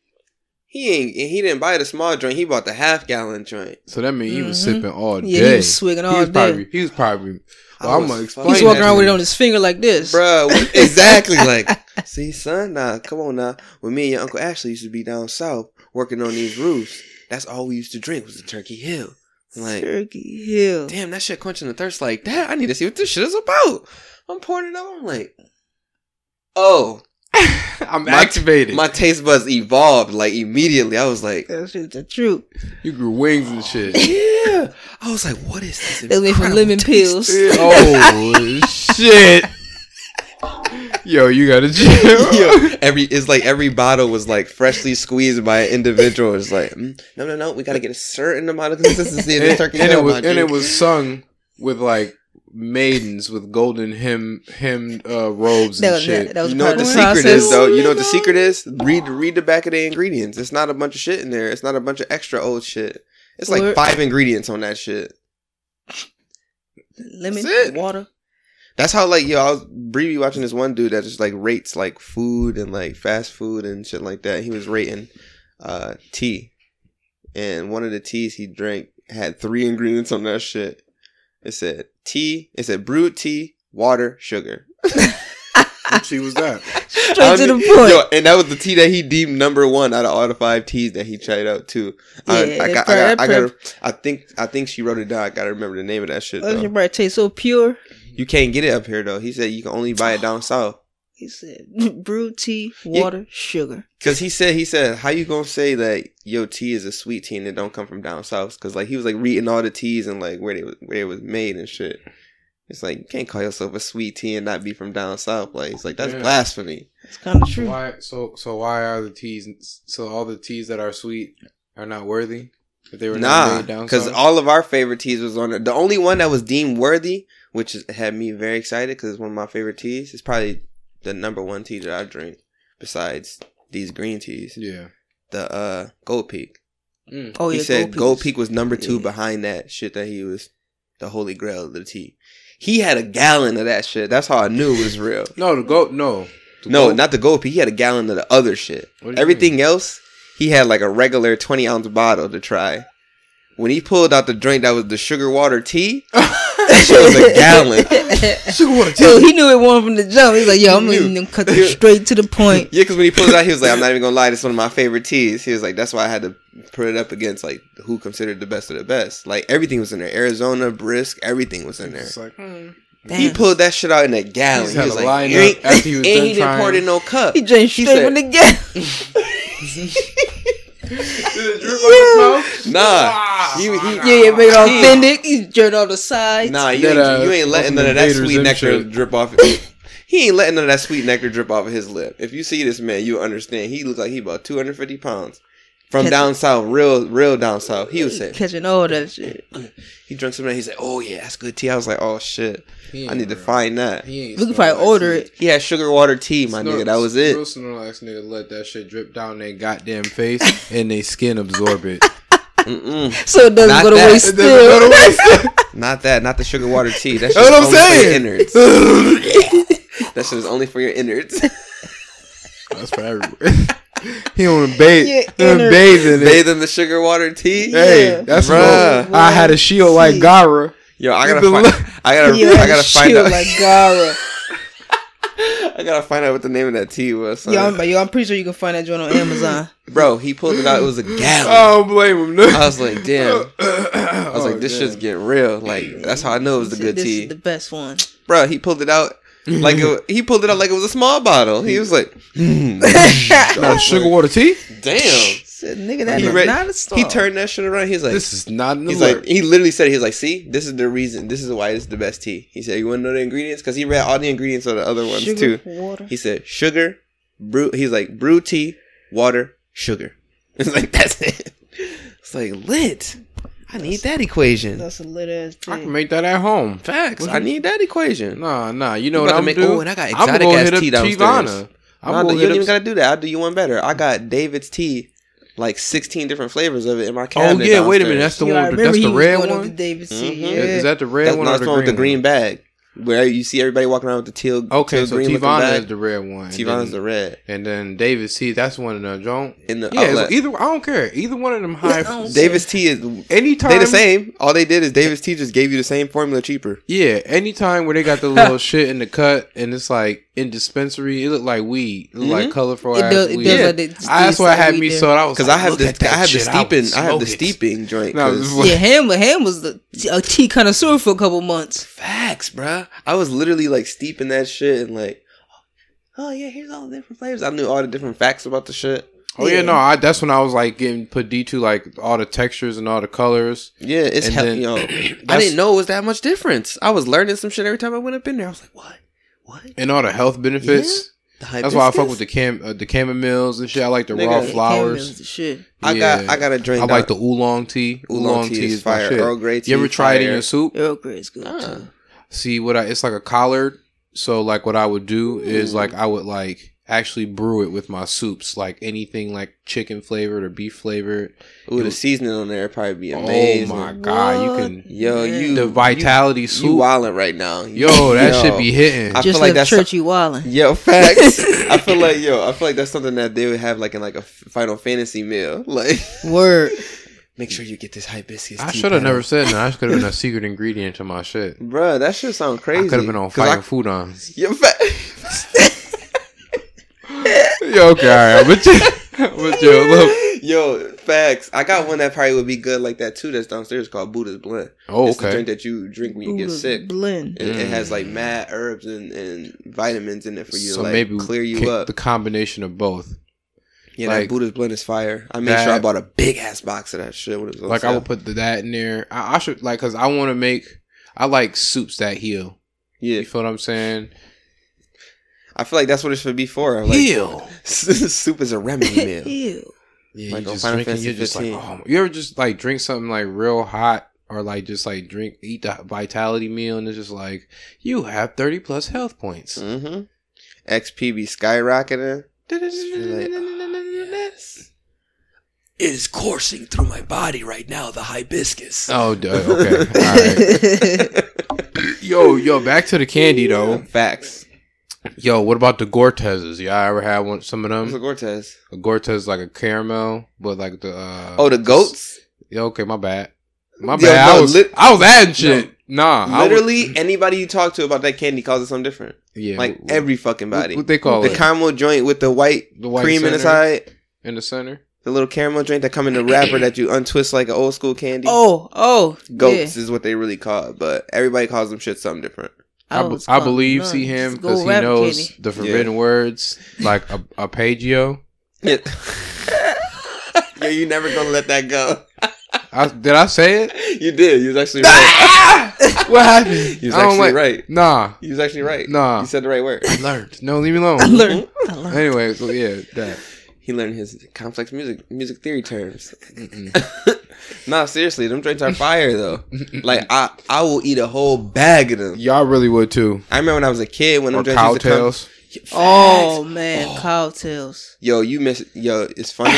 Speaker 2: He ain't. And he didn't buy the small joint. He bought the half gallon joint.
Speaker 3: So that means he was
Speaker 2: Mm-hmm.
Speaker 4: Mhm.
Speaker 3: sipping all day.
Speaker 4: Yeah, he was swigging all
Speaker 3: he was
Speaker 4: day.
Speaker 3: probably, He was probably.
Speaker 2: I
Speaker 3: Well, I'm
Speaker 2: was
Speaker 3: gonna explain.
Speaker 2: fucking-
Speaker 4: He's
Speaker 2: Why
Speaker 4: walking
Speaker 2: not?
Speaker 4: around with it on his finger like this.
Speaker 2: Bruh, we- exactly. Like, see, son, nah, come on now. When me and your Uncle Ashley used to be down south working on these roofs, that's all we used to drink was the Turkey Hill. I'm like,
Speaker 4: Turkey Hill.
Speaker 2: damn, that shit quenching the thirst like that. I need to see what this shit is about. I'm pouring it out. I'm like, oh,
Speaker 3: I'm
Speaker 2: My-
Speaker 3: activated.
Speaker 2: my taste buds evolved like immediately. I was like,
Speaker 4: That shit's the truth.
Speaker 3: you grew wings and shit.
Speaker 2: yeah. I was like, what is this?
Speaker 4: They made from
Speaker 2: incredible
Speaker 4: lemon
Speaker 2: taste?
Speaker 4: pills.
Speaker 3: oh shit! Yo, you gotta chill.
Speaker 2: Yo, every it's like every bottle was like freshly squeezed by an individual. It's like mm, no, no, no. We gotta get a certain amount of consistency in this
Speaker 3: and,
Speaker 2: turkey.
Speaker 3: and
Speaker 2: Hill,
Speaker 3: it was
Speaker 2: mind
Speaker 3: and
Speaker 2: you.
Speaker 3: it was sung with like maidens with golden hymn hymn uh, robes
Speaker 4: That
Speaker 3: and
Speaker 4: was,
Speaker 3: shit.
Speaker 4: that was
Speaker 2: You know
Speaker 4: part
Speaker 2: what
Speaker 4: of
Speaker 2: the
Speaker 4: the
Speaker 2: secret
Speaker 4: process.
Speaker 2: is, though. You know what the secret is. Read read the back of the ingredients. It's not a bunch of shit in there. It's not a bunch of extra old shit. It's like
Speaker 4: Word.
Speaker 2: five ingredients on that shit.
Speaker 4: Lemon,
Speaker 2: That's it.
Speaker 4: water.
Speaker 2: That's how like yo, I was briefly watching this one dude that just like rates like food and like fast food and shit like that. He was rating uh tea. And one of the teas he drank had three ingredients on that shit. It said tea. It said brewed tea, water, sugar.
Speaker 3: What tea was that?
Speaker 4: Straight
Speaker 2: I
Speaker 4: to the
Speaker 2: mean,
Speaker 4: point.
Speaker 2: Yo, and that was the tea that he deemed number one out of all the five teas that he tried out too. I,
Speaker 4: Yeah,
Speaker 2: I, got, I,
Speaker 4: that
Speaker 2: got, I,
Speaker 4: prep-
Speaker 2: gotta- I think I think she wrote it down. I gotta remember the name of that shit
Speaker 4: Oh, your
Speaker 2: though.
Speaker 4: breath tastes so pure.
Speaker 2: You can't get it up here though. He said you can only buy it down south.
Speaker 4: He said, "Brewed tea,
Speaker 2: Yeah.
Speaker 4: water, sugar."
Speaker 2: Cause he said he said how you gonna say that yo tea is a sweet tea and it don't come from down south? Cause like he was like reading all the teas and like where they was- where it was made and shit. It's like you can't call yourself a sweet tea and not be from down south. Like it's like that's
Speaker 3: Yeah.
Speaker 2: blasphemy.
Speaker 4: It's kind of
Speaker 2: Hmm.
Speaker 4: true.
Speaker 3: Why? So so why are the teas? So all the teas that are sweet are not worthy. If they were not
Speaker 2: Nah,
Speaker 3: made down
Speaker 2: because
Speaker 3: south?
Speaker 2: all of our favorite teas was on there. The only one that was deemed worthy, which is, had me very excited, because it's one of my favorite teas. It's probably the number one tea that I drink besides these green teas.
Speaker 3: yeah.
Speaker 2: The uh, Gold Peak.
Speaker 3: Mm.
Speaker 4: Oh
Speaker 2: he
Speaker 4: yeah,
Speaker 2: said Gold, Peak was number two
Speaker 4: Yeah.
Speaker 2: behind that shit that he was the holy grail of the tea. He had a gallon of that shit. That's how I knew it was real.
Speaker 3: No, the goat. No, The Mm-hmm.
Speaker 2: no,
Speaker 3: goat-
Speaker 2: not the Gold Peak. He had a gallon of the other shit.
Speaker 3: What do you
Speaker 2: Everything else, he had like a regular 20 ounce bottle to try. When he pulled out the drink that was the sugar water tea, that shit was a gallon.
Speaker 4: Yo, he knew it wasn't from the jump. He's like, "Yo, I'm
Speaker 2: He
Speaker 4: letting
Speaker 2: knew.
Speaker 4: them cut this straight to the point."
Speaker 2: Yeah, because when he pulled it out, he was like, I'm not even going to lie, this is one of my favorite teas. He was like, that's why I had to put it up against like who considered the best of the best. Like everything was in there Arizona, Brisk, everything was in there.
Speaker 3: It's like, hmm.
Speaker 2: He
Speaker 4: Damn.
Speaker 2: pulled that shit out in a gallon.
Speaker 3: He's
Speaker 2: He
Speaker 3: had
Speaker 2: was
Speaker 3: a
Speaker 2: like,
Speaker 3: lineup
Speaker 2: "You ain't-"
Speaker 3: after he was
Speaker 2: and
Speaker 3: done
Speaker 2: he didn't pour it
Speaker 3: trying.
Speaker 2: in no cup.
Speaker 4: He drank
Speaker 2: He
Speaker 4: straight
Speaker 2: said-
Speaker 4: from the gallon.
Speaker 2: Nah, he, he,
Speaker 4: Yeah, yeah, make it all authentic. He's jerked on the sides.
Speaker 2: Nah, you
Speaker 3: That,
Speaker 2: ain't,
Speaker 3: uh,
Speaker 2: you ain't letting
Speaker 3: fucking
Speaker 2: none of that
Speaker 3: invaders
Speaker 2: sweet
Speaker 3: and
Speaker 2: nectar
Speaker 3: shit.
Speaker 2: drip off. he ain't letting none of that sweet nectar drip off of his lip. If you see this man, you understand. He look like he about two hundred fifty pounds from
Speaker 4: Catch-
Speaker 2: down south, real, real down south. He was saying
Speaker 4: catching all that shit.
Speaker 2: he drank some. and He said, "Oh yeah, that's good tea." I was like, "Oh shit,
Speaker 3: He
Speaker 2: I need to
Speaker 3: ain't
Speaker 2: find that."
Speaker 3: He ain't
Speaker 4: We could
Speaker 3: Snorlax,
Speaker 4: probably order
Speaker 3: he-
Speaker 4: it.
Speaker 2: He had sugar water tea, my
Speaker 3: Snor-
Speaker 2: nigga. That was
Speaker 3: Real
Speaker 2: it.
Speaker 3: Snorlax nigga let that shit drip down their goddamn face and they skin absorb it.
Speaker 2: Mm-mm.
Speaker 4: So it doesn't
Speaker 2: Not
Speaker 4: go to
Speaker 2: that.
Speaker 4: waste
Speaker 2: It
Speaker 3: It doesn't go
Speaker 4: still.
Speaker 3: to waste.
Speaker 2: Not that. Not the sugar water tea. That's
Speaker 3: That's what I'm saying.
Speaker 2: Innards. That shit is only for your innards.
Speaker 3: That's for everyone. he on a bathe.
Speaker 4: Yeah,
Speaker 3: he on
Speaker 4: inner-
Speaker 3: bathe in it.
Speaker 2: Bathe in the sugar water tea.
Speaker 3: Hey,
Speaker 4: Yeah.
Speaker 3: that's
Speaker 2: Bruh.
Speaker 3: bruh. I had a shield like
Speaker 4: See.
Speaker 3: Gara.
Speaker 2: Yo, I
Speaker 3: You
Speaker 2: gotta
Speaker 3: been
Speaker 2: find.
Speaker 3: look-
Speaker 2: I gotta.
Speaker 4: Yeah,
Speaker 2: I gotta find
Speaker 4: shit
Speaker 2: out.
Speaker 4: like Gara.
Speaker 2: I gotta find out what the name of that tea was. son.
Speaker 4: Yo, I'm, yo, I'm pretty sure you can find that joint on Amazon.
Speaker 2: Bro, he pulled it out. It was
Speaker 4: Oh.
Speaker 2: a gallon.
Speaker 3: I don't blame him. No. Oh,
Speaker 2: I was like, damn. I was like, this
Speaker 3: damn.
Speaker 2: shit's getting real. Like that's how I know it was the
Speaker 4: Said
Speaker 2: good
Speaker 4: Oh, this
Speaker 2: tea,
Speaker 4: is the best one.
Speaker 2: bro. He pulled it out like it, he pulled it out like it was a small bottle. He was like, hmm,
Speaker 3: Not sugar water tea.
Speaker 2: damn.
Speaker 4: Said, nigga, that
Speaker 2: He,
Speaker 4: is
Speaker 2: read-
Speaker 4: not a star.
Speaker 2: he turned that shit around. He's like,
Speaker 3: This is not an
Speaker 2: he's
Speaker 3: alert.
Speaker 2: like, he literally said, he's like, see, this is the reason. This is why this is the best tea. He said, you want to know the ingredients? Because he read all the ingredients of the other ones
Speaker 4: Sugar,
Speaker 2: too.
Speaker 4: water.
Speaker 2: He said sugar, brew. He's like brew tea, water, sugar. It's like that's it. It's like lit. I need that equation.
Speaker 4: That's a lit ass
Speaker 3: I can
Speaker 2: mm.
Speaker 4: thing.
Speaker 3: make that at home.
Speaker 2: Facts. I need that equation.
Speaker 3: Nah, nah. You know
Speaker 2: You
Speaker 3: what
Speaker 2: about to
Speaker 3: I'm
Speaker 2: make-
Speaker 3: doing?
Speaker 2: oh, and I got exotic ass tea downstairs.
Speaker 3: I'm
Speaker 2: Nah,
Speaker 3: gonna
Speaker 2: you don't
Speaker 3: hit
Speaker 2: even
Speaker 3: up.
Speaker 2: gotta do that. I'll do you one better. I got David's tea, like sixteen different flavors of it in my
Speaker 3: Oh
Speaker 2: cabinet.
Speaker 3: yeah, wait a minute.
Speaker 2: downstairs.
Speaker 3: That's the
Speaker 4: Yo, I
Speaker 3: one. With the,
Speaker 4: remember
Speaker 3: that's
Speaker 4: he
Speaker 3: the
Speaker 4: was
Speaker 3: red
Speaker 4: going up to
Speaker 3: one.
Speaker 4: David C.
Speaker 2: Mhm.
Speaker 4: Yeah.
Speaker 3: Is, is that the red
Speaker 2: That's
Speaker 3: one?
Speaker 2: not
Speaker 3: or
Speaker 2: the one with the green bag, where you see everybody walking around with the teal.
Speaker 3: one? Okay,
Speaker 2: teal
Speaker 3: so
Speaker 2: green-looking
Speaker 3: Tivana
Speaker 2: bag.
Speaker 3: is the red one. and
Speaker 2: Tivana's
Speaker 3: then-
Speaker 2: the red
Speaker 3: And then Davis T. That's one of the joint.
Speaker 2: in the
Speaker 3: Yeah,
Speaker 2: outlet.
Speaker 3: it's either I don't care. Either one of them high.
Speaker 4: I don't-
Speaker 2: David's tea is
Speaker 3: anytime
Speaker 2: They the same. All they did is Davis T just gave you the same formula cheaper.
Speaker 3: Yeah, anytime where they got the little shit in the cut and it's like in dispensary, it look like weed. It look like
Speaker 2: Mm-hmm.
Speaker 3: colorful.
Speaker 4: It
Speaker 3: ass
Speaker 4: does- it
Speaker 3: weed.
Speaker 4: does
Speaker 3: yeah.
Speaker 4: like the-
Speaker 3: I, that's
Speaker 4: the
Speaker 3: why I
Speaker 4: same
Speaker 3: had
Speaker 4: weed
Speaker 3: me
Speaker 4: there.
Speaker 3: so I was
Speaker 2: Because
Speaker 3: because
Speaker 2: I have this, I have the steeping, I have the steeping joint.
Speaker 3: No,
Speaker 2: 'cause-
Speaker 3: this is what-
Speaker 4: Yeah, him, him was the, a tea connoisseur for a couple months.
Speaker 2: facts, bruh. I was literally like steeping that shit and like, oh yeah, here's all the different flavors. I knew all the different facts about the shit.
Speaker 3: Oh yeah, no, I, that's when I was like getting put D two like all the textures and all the colors.
Speaker 2: Yeah, it's
Speaker 3: And
Speaker 2: hell.
Speaker 3: then-
Speaker 2: yo, I
Speaker 3: that's-
Speaker 2: didn't know it was that much difference. I was learning some shit every time I went up in there. I was like, what, what?
Speaker 3: and all the health benefits.
Speaker 2: The
Speaker 3: That's why I fuck
Speaker 2: hibiscus?
Speaker 3: with the cam uh, the chamomills and shit. I like the raw
Speaker 2: Nigga.
Speaker 3: flowers.
Speaker 4: Shit.
Speaker 2: I got, I got a drink.
Speaker 3: I like the oolong tea.
Speaker 2: oolong, tea, is
Speaker 3: my
Speaker 2: fire.
Speaker 3: shit.
Speaker 2: Earl Grey tea.
Speaker 3: You ever try it in
Speaker 2: fire.
Speaker 3: your soup?
Speaker 4: Earl Grey is good
Speaker 2: Ah.
Speaker 4: too.
Speaker 3: See what I? It's like a collard. So like what I would do is
Speaker 2: Ooh.
Speaker 3: like I would like actually brew it with my soups, like anything like chicken flavored or beef flavored.
Speaker 2: Ooh, the seasoning on there would probably be amazing.
Speaker 3: Oh my god,
Speaker 4: What?
Speaker 3: you can
Speaker 2: Yo,
Speaker 4: Yeah.
Speaker 2: you
Speaker 3: the vitality
Speaker 2: You
Speaker 3: soup.
Speaker 2: wildin' right now.
Speaker 3: Yo, that should be hitting.
Speaker 2: I
Speaker 4: Just
Speaker 2: feel like
Speaker 4: like
Speaker 2: that's-
Speaker 4: Churchy Wallin.
Speaker 2: Yo, facts. I feel like yo, I feel like that's something that they would have like in like a F- Final Fantasy meal. Like
Speaker 4: Word.
Speaker 2: Make sure you get this hibiscus.
Speaker 3: I
Speaker 2: tea
Speaker 3: should have
Speaker 2: petal."
Speaker 3: never said that. I should have been a secret ingredient to my shit.
Speaker 2: Bruh, that shit sound crazy.
Speaker 3: I could have been on
Speaker 2: 'Cause
Speaker 3: fire
Speaker 2: I-
Speaker 3: food on.
Speaker 2: You're fat.
Speaker 3: Yo, okay, all right, but you, but yo, look.
Speaker 2: Yo, facts. I got one that probably would be good like that too. That's downstairs called Buddha's Blend.
Speaker 3: Oh,
Speaker 2: It's the drink
Speaker 3: okay.
Speaker 2: that you drink when you get
Speaker 4: Buddha's
Speaker 2: sick.
Speaker 4: Blend.
Speaker 2: It, it has
Speaker 3: Mm.
Speaker 2: like mad herbs and, and vitamins in it for you to
Speaker 3: So
Speaker 2: like
Speaker 3: maybe
Speaker 2: clear you
Speaker 3: ca-
Speaker 2: up.
Speaker 3: the combination of both.
Speaker 2: yeah,
Speaker 3: like-
Speaker 2: that Buddha's blend is fire. I made sure I
Speaker 3: That-
Speaker 2: bought a big ass box of that shit when it was on
Speaker 3: like I
Speaker 2: sale.
Speaker 3: would put the, that in there. I, I should like because I want to make. I like soups that heal.
Speaker 2: yeah,
Speaker 3: You feel what I'm saying?
Speaker 2: I feel like that's what it should be for. Like,
Speaker 3: heal.
Speaker 2: soup is a remedy meal.
Speaker 4: Ew.
Speaker 3: Yeah,
Speaker 2: Like
Speaker 3: you
Speaker 2: on
Speaker 3: just
Speaker 2: Final
Speaker 3: drinking.
Speaker 2: Fantasy
Speaker 3: You're just like,
Speaker 2: 15.
Speaker 3: oh, my- you ever just like drink something like real hot or like just like drink eat the vitality meal and it's just like you have thirty plus health points.
Speaker 2: mm-hmm. XP be skyrocketing. like, It is coursing through my body right now. The hibiscus.
Speaker 3: Oh, duh, okay. All right. Yo, yo, back to the candy though.
Speaker 2: Facts.
Speaker 3: Yo, what about the Gortezes? Y'all ever had one? Some of
Speaker 2: What's the
Speaker 3: them.
Speaker 2: Cortez?
Speaker 3: A Gortez is like a caramel, but like the uh,
Speaker 2: Oh, the goats.
Speaker 3: Yeah, okay, my bad. My
Speaker 2: Yo,
Speaker 3: bad.
Speaker 2: no,
Speaker 3: I was
Speaker 2: lit-
Speaker 3: I was adding shit. nah, I was-
Speaker 2: Literally, anybody you talk to about that candy calls it something different.
Speaker 3: yeah,
Speaker 2: like
Speaker 3: what-
Speaker 2: every fucking
Speaker 3: what-
Speaker 2: body.
Speaker 3: What, they call
Speaker 2: the
Speaker 3: it?
Speaker 2: combo joint with the white
Speaker 3: the white
Speaker 2: cream
Speaker 3: center,
Speaker 2: inside,
Speaker 3: in the center.
Speaker 2: the little caramel joint that come in the wrapper that you untwist like an old school candy.
Speaker 4: oh, oh.
Speaker 2: Goats is what they really call it, but everybody calls them shit something different.
Speaker 4: Yeah.
Speaker 3: I, be-
Speaker 4: was
Speaker 3: I
Speaker 4: called
Speaker 3: believe
Speaker 4: none.
Speaker 3: see him
Speaker 4: Just go
Speaker 3: because he
Speaker 4: rap
Speaker 3: knows
Speaker 4: candy.
Speaker 3: the forbidden words like a, arpeggio.
Speaker 2: Yeah. Yo, you never gonna let that go.
Speaker 3: I, did I say it?
Speaker 2: You did. You was actually right.
Speaker 3: What happened?
Speaker 2: You was
Speaker 3: I don't
Speaker 2: actually
Speaker 3: like-
Speaker 2: right.
Speaker 3: Nah,
Speaker 2: You was actually right.
Speaker 3: Nah.
Speaker 2: you said the right word.
Speaker 3: I learned. No, leave me
Speaker 4: I
Speaker 3: alone.
Speaker 4: learned.
Speaker 2: Mm-hmm.
Speaker 4: I learned.
Speaker 3: anyway, so yeah, that.
Speaker 2: He learned his complex music music theory terms. nah, seriously, them drinks are fire though. Like I, I will eat a whole bag of them.
Speaker 3: Y'all really would too.
Speaker 2: I remember when I was a kid when them
Speaker 3: Or
Speaker 2: drinks used to come.
Speaker 3: cowtails.
Speaker 4: Oh man, cowtails.
Speaker 2: Yo, you miss. Yo, it's funny.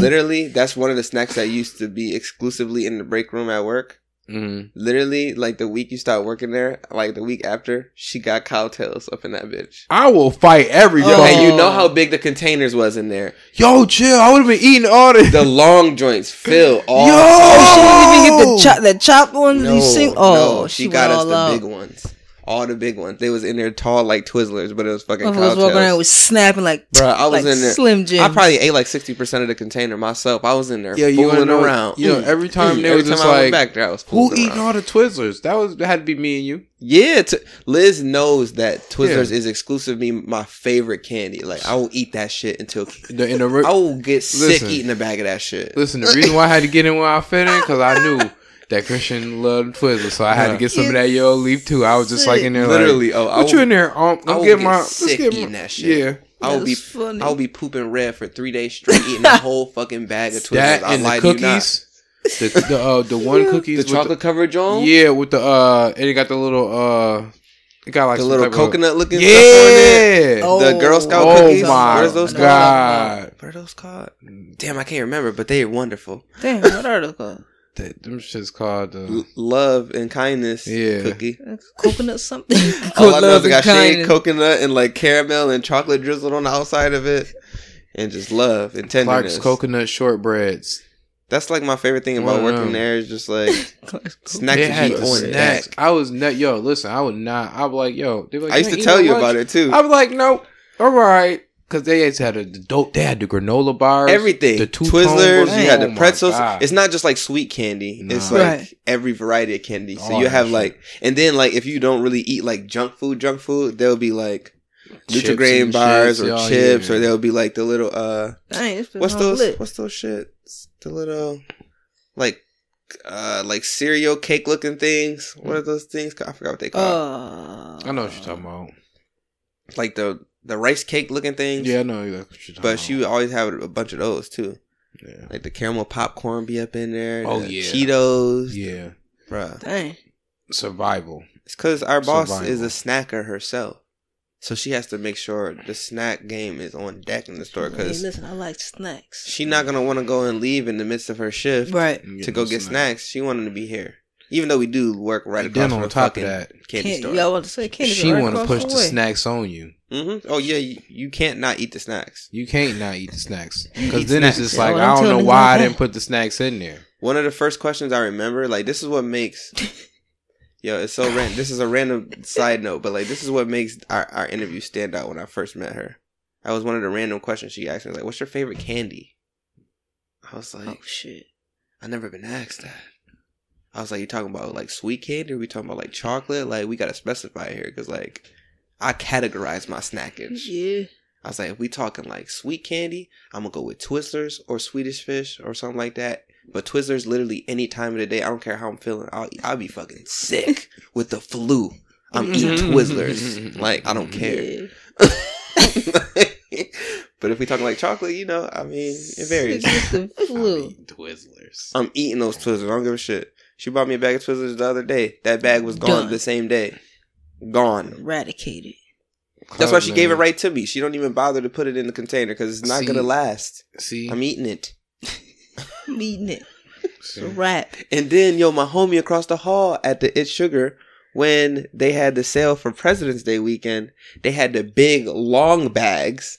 Speaker 2: Literally, that's one of the snacks that used to be exclusively in the break room at work.
Speaker 3: Mm.
Speaker 2: Literally, like the week you start working there, like the week after, she got cowtails up in that bitch.
Speaker 3: I will fight every
Speaker 2: Yo,
Speaker 4: Oh.
Speaker 2: and you know how big the containers was in there.
Speaker 3: Yo, chill. I would have been eating all this.
Speaker 2: The long joints fill all.
Speaker 3: Yo!
Speaker 4: Oh, she didn't even get the chop, the chopped ones.
Speaker 2: No,
Speaker 4: you sing. Oh,
Speaker 2: no,
Speaker 4: she,
Speaker 2: she,
Speaker 4: went
Speaker 2: got us
Speaker 4: all
Speaker 2: the
Speaker 4: out.
Speaker 2: big ones. All the big ones. They was in there tall like Twizzlers, but it was fucking
Speaker 4: Motherfuckers was walking around
Speaker 2: cowtails.
Speaker 4: was snapping like,
Speaker 2: Bruh, I was
Speaker 4: like
Speaker 2: in there.
Speaker 4: Slim Jim.
Speaker 2: I probably ate like sixty percent of the container myself. I was in there
Speaker 3: Yeah, you wanna
Speaker 2: fooling
Speaker 3: know-
Speaker 2: around.
Speaker 3: yo,
Speaker 2: Mm,
Speaker 3: every time
Speaker 2: mm.
Speaker 3: they
Speaker 2: every
Speaker 3: was just
Speaker 2: time I
Speaker 3: like,
Speaker 2: went back there, I was
Speaker 3: Who
Speaker 2: fooling
Speaker 3: eating
Speaker 2: around.
Speaker 3: all the Twizzlers? That was that had to be me and you.
Speaker 2: Yeah, t- Liz knows that Twizzlers is exclusively my favorite candy. Like I will eat that shit until
Speaker 3: The, in the
Speaker 2: I will get sick
Speaker 3: Listen.
Speaker 2: eating a bag of that shit.
Speaker 3: Listen, the reason why I had to get in where I fit in because I knew that Christian loved Twizzlers, so I had to get some of that Yo Leaf too. I was just like in there, literally.
Speaker 2: Literally, oh, I
Speaker 3: Like, what you
Speaker 2: will,
Speaker 3: in there? Um,
Speaker 2: I
Speaker 3: I'm
Speaker 2: will
Speaker 3: getting
Speaker 2: get
Speaker 3: my let's
Speaker 2: sick
Speaker 3: get my-
Speaker 2: eating that shit.
Speaker 3: Yeah,
Speaker 2: I will be
Speaker 4: That's funny.
Speaker 2: I will be pooping red for three days straight eating a whole fucking bag of Twizzlers.
Speaker 3: that
Speaker 2: I
Speaker 3: and the
Speaker 2: lied to you not.
Speaker 3: cookies, the the, uh, the one cookies,
Speaker 2: the
Speaker 3: with
Speaker 2: chocolate covered John,
Speaker 3: yeah, with the uh, and it got the little uh, it got like
Speaker 2: the
Speaker 3: some
Speaker 2: little
Speaker 3: type of-
Speaker 2: coconut looking
Speaker 3: yeah.
Speaker 2: stuff on it. The Girl Scout
Speaker 3: Oh
Speaker 2: cookies.
Speaker 3: my
Speaker 2: what is those
Speaker 3: God.
Speaker 2: called? What are those called? Mm. Damn, I can't remember, but they are wonderful.
Speaker 4: Damn, what are those called?
Speaker 3: That, them shit's called. Uh,
Speaker 2: L- love and kindness
Speaker 3: Yeah.
Speaker 2: cookie.
Speaker 4: Coconut something.
Speaker 2: All Oh, I know is it got
Speaker 4: Coconut
Speaker 2: shaved coconut and like caramel and chocolate drizzled on the outside of it, and just love and tenderness.
Speaker 3: Clark's coconut shortbreads.
Speaker 2: That's like my favorite thing about
Speaker 3: Wow.
Speaker 2: working there is just like
Speaker 4: kind.
Speaker 2: snacks
Speaker 3: They
Speaker 2: that
Speaker 3: had
Speaker 2: you
Speaker 3: the
Speaker 2: eat on
Speaker 3: snacks.
Speaker 2: it.
Speaker 3: I was not. Yo, listen, I would not. I was like, yo. They were like,
Speaker 2: I used to tell you about it too.
Speaker 3: I was like, nope. All right. Because they just had a the dope. They had the granola bars,
Speaker 2: Everything, the
Speaker 3: two
Speaker 2: Twizzlers,
Speaker 3: tones.
Speaker 2: you had
Speaker 3: Oh
Speaker 2: the
Speaker 3: my
Speaker 2: pretzels.
Speaker 3: God.
Speaker 2: It's not just like sweet candy; it's
Speaker 3: Nah.
Speaker 2: like
Speaker 4: Right.
Speaker 2: every variety of candy. So
Speaker 3: All
Speaker 2: you
Speaker 3: that
Speaker 2: have
Speaker 3: shit.
Speaker 2: like, and then like if you don't really eat like junk food, junk food, there'll be like
Speaker 3: Chips
Speaker 2: Nutri-Grain
Speaker 3: and
Speaker 2: bars
Speaker 3: shits,
Speaker 2: or
Speaker 3: y'all,
Speaker 2: chips,
Speaker 3: yeah.
Speaker 2: or there'll be like the little uh,
Speaker 4: Dang, it's been
Speaker 2: what's
Speaker 4: all
Speaker 2: those
Speaker 4: lit.
Speaker 2: what's those shits? The little like uh like cereal cake looking things. What are those things? called? I forgot what they call.
Speaker 4: Uh,
Speaker 3: I know what you're talking about.
Speaker 2: like the the rice cake looking things.
Speaker 3: Yeah, I know exactly what you're talking
Speaker 2: Mm. But
Speaker 3: about.
Speaker 2: she would always have a bunch of those too.
Speaker 3: Yeah.
Speaker 2: Like the caramel popcorn be up in there.
Speaker 3: Oh,
Speaker 2: the
Speaker 3: yeah.
Speaker 2: Cheetos.
Speaker 3: Yeah.
Speaker 2: Bruh.
Speaker 4: Dang.
Speaker 3: Survival.
Speaker 2: It's cause our boss
Speaker 3: Survival.
Speaker 2: is a snacker herself. So she has to make sure the snack game is on deck in the store
Speaker 4: Hey,
Speaker 2: because
Speaker 4: listen, I like snacks.
Speaker 2: she not gonna wanna go and leave in the midst of her shift
Speaker 4: Right.
Speaker 3: I'm
Speaker 2: to
Speaker 3: getting
Speaker 2: go
Speaker 3: those
Speaker 2: get snacks. She wanted to be here. Even though we do work right
Speaker 3: And
Speaker 2: across
Speaker 3: then
Speaker 2: from
Speaker 3: on
Speaker 2: the
Speaker 3: top
Speaker 2: fucking
Speaker 3: of that,
Speaker 2: candy
Speaker 4: Can't-
Speaker 2: store.
Speaker 4: yeah, I was about to say candy.
Speaker 3: she
Speaker 4: right
Speaker 3: want to
Speaker 4: across
Speaker 3: push the
Speaker 4: way.
Speaker 3: snacks on you.
Speaker 2: hmm Oh yeah, you, you can't not eat the snacks.
Speaker 3: You can't not eat the snacks
Speaker 2: eat
Speaker 3: because then it's
Speaker 2: snacks.
Speaker 3: just like
Speaker 4: Well,
Speaker 3: I
Speaker 4: I'm
Speaker 3: don't know
Speaker 4: telling
Speaker 3: why I
Speaker 4: you.
Speaker 3: didn't put the snacks in there.
Speaker 2: One of the first questions I remember, like this is what makes. Yo, it's so random. This is a random side note, but like this is what makes our, our interview stand out when I first met her. That was one of the random questions she asked me, like, "What's your favorite candy?" I was like,
Speaker 4: Oh shit!
Speaker 2: I never been asked that. I was like, you talking about like sweet candy? Or we talking about like chocolate? Like we gotta specify here because like I categorize my snackage.
Speaker 4: Yeah,
Speaker 2: I was like, if we talking like sweet candy, I'm gonna go with Twizzlers or Swedish Fish or something like that. But Twizzlers, literally any time of the day, I don't care how I'm feeling. I'll I'll be fucking sick with the flu. I'm eating Twizzlers. Like I don't care.
Speaker 4: yeah.
Speaker 2: but if we talking like chocolate, you know, I mean, it varies.
Speaker 4: It's the
Speaker 3: I
Speaker 4: flu.
Speaker 3: mean, Twizzlers.
Speaker 2: I'm eating those Twizzlers. I don't give a shit. She bought me a bag of Twizzlers the other day. That bag was gone
Speaker 4: Done.
Speaker 2: the same day. Gone.
Speaker 4: Eradicated. Oh,
Speaker 2: That's why she gave it
Speaker 3: Cousin.
Speaker 2: right to me. She don't even bother to put it in the container because it's not
Speaker 3: See.
Speaker 2: gonna last.
Speaker 3: See,
Speaker 4: Mm.
Speaker 2: I'm eating it.
Speaker 4: I'm eating it. It's a
Speaker 3: See?
Speaker 4: wrap.
Speaker 2: And then yo, my homie across the hall at the It's Sugar, when they had the sale for President's Day weekend, they had the big long bags.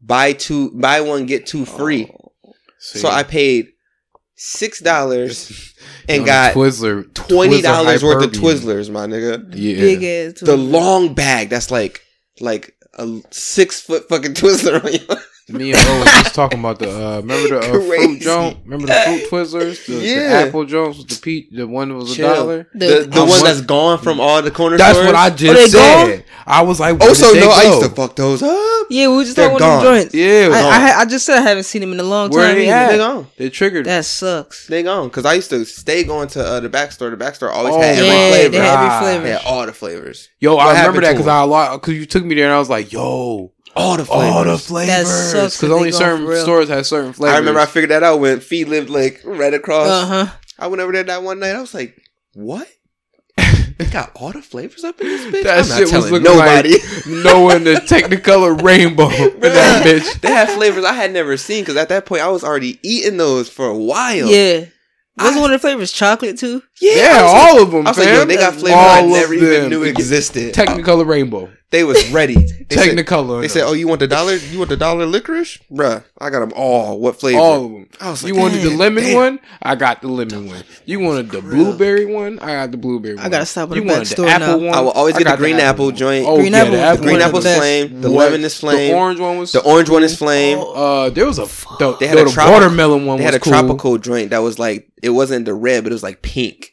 Speaker 2: Buy two, buy one get two free.
Speaker 4: Oh,
Speaker 2: So I paid six dollars and
Speaker 3: On the
Speaker 2: got
Speaker 3: Twizzler
Speaker 2: twenty dollars worth of
Speaker 3: Twizzler.
Speaker 2: Twizzlers, my nigga.
Speaker 3: Yeah.
Speaker 4: Big ass.
Speaker 2: the
Speaker 4: Twizzler.
Speaker 2: long bag that's like like a six foot fucking Twizzler on your
Speaker 3: hyperbole. Me and Owen was just talking about the uh, remember the uh,
Speaker 2: Crazy.
Speaker 3: fruit junk. Remember the fruit Twizzlers. The,
Speaker 2: Yeah.
Speaker 3: the apple Jones with the peach. The one that was
Speaker 2: Chill.
Speaker 3: a dollar.
Speaker 2: the, the
Speaker 3: I'm
Speaker 2: one
Speaker 3: what-
Speaker 2: that's gone from all the corner
Speaker 3: That's
Speaker 2: stores.
Speaker 3: what I
Speaker 2: Oh, they
Speaker 3: just said. I was like, where
Speaker 2: Also,
Speaker 3: did they
Speaker 2: Oh, no, I
Speaker 3: go?
Speaker 2: used to fuck those up.
Speaker 4: yeah, we were just
Speaker 2: They're
Speaker 4: talking about them
Speaker 2: gone.
Speaker 4: joints.
Speaker 3: Yeah,
Speaker 4: I,
Speaker 2: gone.
Speaker 4: I, ha- I just said I haven't seen him in a long
Speaker 3: Where
Speaker 4: time.
Speaker 3: they
Speaker 4: either.
Speaker 3: at?
Speaker 2: They gone.
Speaker 3: they triggered.
Speaker 4: That sucks.
Speaker 2: They gone. Cause I used to stay going to uh, the back store. The back store always
Speaker 3: Oh
Speaker 2: had every
Speaker 4: yeah,
Speaker 2: flavor.
Speaker 4: they had every
Speaker 3: God.
Speaker 4: flavor.
Speaker 2: They had all the flavors.
Speaker 3: Ah. Yo,
Speaker 2: What
Speaker 3: I remember
Speaker 2: happened
Speaker 3: that
Speaker 2: to
Speaker 3: because
Speaker 2: them?
Speaker 3: I lot because you took me there and I was like, yo,
Speaker 2: All the
Speaker 3: all the flavors.
Speaker 4: sucks
Speaker 3: Because
Speaker 4: that they
Speaker 3: only
Speaker 4: gone for
Speaker 3: certain
Speaker 4: real.
Speaker 3: stores had certain flavors.
Speaker 2: I remember I figured that out when Fee lived like right across.
Speaker 3: Uh-huh.
Speaker 4: Uh huh.
Speaker 2: I went over there that one night. I was like, "What? they got all the flavors up in this bitch."
Speaker 3: That
Speaker 2: I'm not
Speaker 3: shit was
Speaker 2: telling
Speaker 3: looking
Speaker 2: nobody.
Speaker 3: knowing the Technicolor rainbow in that bitch.
Speaker 2: they had flavors I had never seen because at that point I was already eating those for a while.
Speaker 4: Yeah. Was
Speaker 2: I-
Speaker 4: one of the flavors chocolate too?
Speaker 2: yeah. I
Speaker 3: Yeah,
Speaker 2: was like,
Speaker 3: all of them.
Speaker 2: I was like, yo,
Speaker 3: fam.
Speaker 2: they got flavors I
Speaker 3: All of
Speaker 2: never even
Speaker 3: them.
Speaker 2: knew existed.
Speaker 3: Technicolor rainbow.
Speaker 2: they was ready. They said,
Speaker 3: Technicolor.
Speaker 2: they said, "Oh, you want the dollar? You want the dollar licorice, bruh? I got them all. What flavor?
Speaker 3: all of them.
Speaker 2: oh, I was
Speaker 3: you wanted the
Speaker 2: "Damn,
Speaker 3: lemon
Speaker 2: damn."
Speaker 3: one? I got the lemon one. You wanted the
Speaker 2: Grill.
Speaker 3: blueberry one? I got the blueberry one.
Speaker 4: I gotta stop at
Speaker 3: You
Speaker 4: the back
Speaker 3: wanted
Speaker 4: store
Speaker 3: the apple
Speaker 4: now.
Speaker 3: one?
Speaker 2: I will always get
Speaker 3: got
Speaker 2: the green apple
Speaker 3: one.
Speaker 2: joint.
Speaker 3: Oh,
Speaker 4: Green
Speaker 3: yeah,
Speaker 4: apple
Speaker 3: the
Speaker 4: was
Speaker 3: apple
Speaker 2: the green
Speaker 4: one of
Speaker 2: apple's
Speaker 4: best.
Speaker 2: flame. The
Speaker 3: What?
Speaker 2: lemon is flame.
Speaker 3: The orange one was.
Speaker 2: The orange one is flame.
Speaker 3: Uh, there was a the,
Speaker 2: They had
Speaker 3: the
Speaker 2: a tropical-
Speaker 3: watermelon one.
Speaker 2: they had a
Speaker 3: was oh, cool.
Speaker 2: tropical joint that was like it wasn't the red, but it was like pink.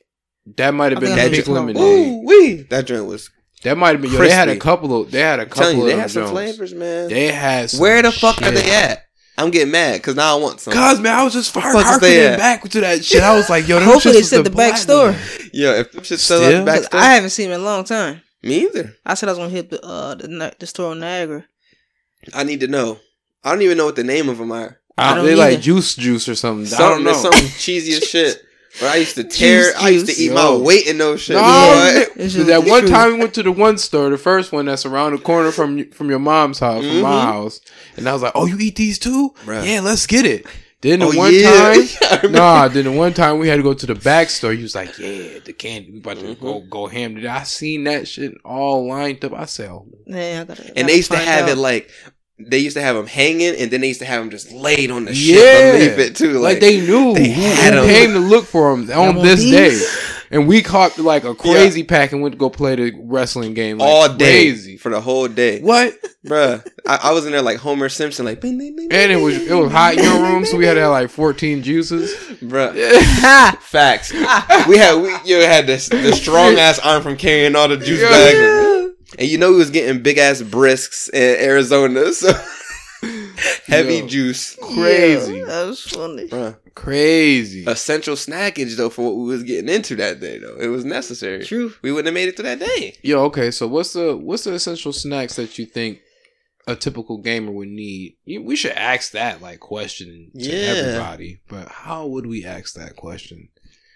Speaker 3: That might have
Speaker 4: I
Speaker 3: been
Speaker 4: think I
Speaker 3: that
Speaker 4: know
Speaker 3: pink
Speaker 4: what you're
Speaker 3: lemonade.
Speaker 4: talking about.
Speaker 2: Ooh wee! That joint was.
Speaker 3: That might have been. Yo, they had a
Speaker 2: Crispy.
Speaker 3: couple of. They had a
Speaker 2: I'm
Speaker 3: couple
Speaker 2: telling you,
Speaker 3: of.
Speaker 2: they had some
Speaker 3: Jones.
Speaker 2: flavors, man.
Speaker 3: They had. Some
Speaker 2: Where the fuck are they
Speaker 3: shit.
Speaker 2: at? I'm getting mad because now I want some.
Speaker 3: Cause man, I was just far
Speaker 2: Fuck is they
Speaker 3: harkening
Speaker 2: at?
Speaker 3: back to that shit. I was like, yo, them shits
Speaker 4: Hopefully they
Speaker 3: is
Speaker 4: said the back store.
Speaker 3: platinum.
Speaker 2: Yeah, if them shit sell out
Speaker 3: Still?
Speaker 2: the back
Speaker 4: 'Cause
Speaker 2: store,
Speaker 4: I haven't seen him in a long time.
Speaker 2: me either.
Speaker 4: I said I was gonna hit the uh the, Ni- the store in Niagara.
Speaker 2: I need to know. I don't even know what the name of them are.
Speaker 4: I
Speaker 3: Uh,
Speaker 4: don't
Speaker 3: they
Speaker 4: either.
Speaker 3: like juice juice or something. I don't
Speaker 2: Something,
Speaker 3: know.
Speaker 2: there's something cheesy as shit. But I used to tear. I used to
Speaker 4: juice.
Speaker 2: eat my
Speaker 3: Yo.
Speaker 2: weight in those shit.
Speaker 3: No,
Speaker 4: Yeah.
Speaker 2: boy.
Speaker 3: n-
Speaker 4: It's just
Speaker 3: that
Speaker 4: the
Speaker 3: one
Speaker 4: truth.
Speaker 3: time we went to the one store, the first one that's around the corner from y- from your mom's house, from my
Speaker 2: Mhm.
Speaker 3: house, and I was like, "Oh, you eat these too?
Speaker 2: Bruh.
Speaker 3: Yeah, let's get it." Then the
Speaker 2: Oh,
Speaker 3: one
Speaker 2: yeah. I
Speaker 3: time,
Speaker 2: remember.
Speaker 3: nah. Then the one time we had to go to the back store. He was like, "Yeah, the candy, we about to
Speaker 2: Mhm.
Speaker 3: go go ham." today." I seen that shit all lined up. I said, oh,
Speaker 4: Man, I gotta, gotta
Speaker 2: And they used to
Speaker 4: find
Speaker 2: have
Speaker 4: out.
Speaker 2: it like they used to have them hanging, and then they used to have them just laid on the
Speaker 3: Yeah.
Speaker 2: shit beneath it too.
Speaker 3: like,
Speaker 2: Like,
Speaker 3: they knew
Speaker 2: they
Speaker 3: they
Speaker 2: had 'em.
Speaker 3: came to look for him on
Speaker 4: want
Speaker 3: this
Speaker 4: these?
Speaker 3: day, and we caught like a crazy pack and went to go play the wrestling game like,
Speaker 2: all day
Speaker 3: crazy.
Speaker 2: for the whole day,
Speaker 3: What?
Speaker 2: bruh. I, I was in there like Homer Simpson, like and
Speaker 3: And it was it was hot in your room, so we had to have like fourteen juices.
Speaker 2: bruh. Facts. we had we you had this the strong ass arm from carrying all the juice
Speaker 3: Yeah.
Speaker 2: bags, and you know we was getting big ass brisks in Arizona, so heavy
Speaker 3: Yo.
Speaker 2: juice,
Speaker 3: Crazy.
Speaker 4: Yeah, that was funny.
Speaker 2: bruh.
Speaker 3: Crazy.
Speaker 2: Essential snackage though for what we was getting into that day though, it was necessary.
Speaker 4: True.
Speaker 2: We wouldn't have made it through that day.
Speaker 3: Yo, okay. So what's the what's the essential snacks that you think a typical gamer would need? You, we should ask that like question to
Speaker 2: Yeah.
Speaker 3: everybody. But how would we ask that question?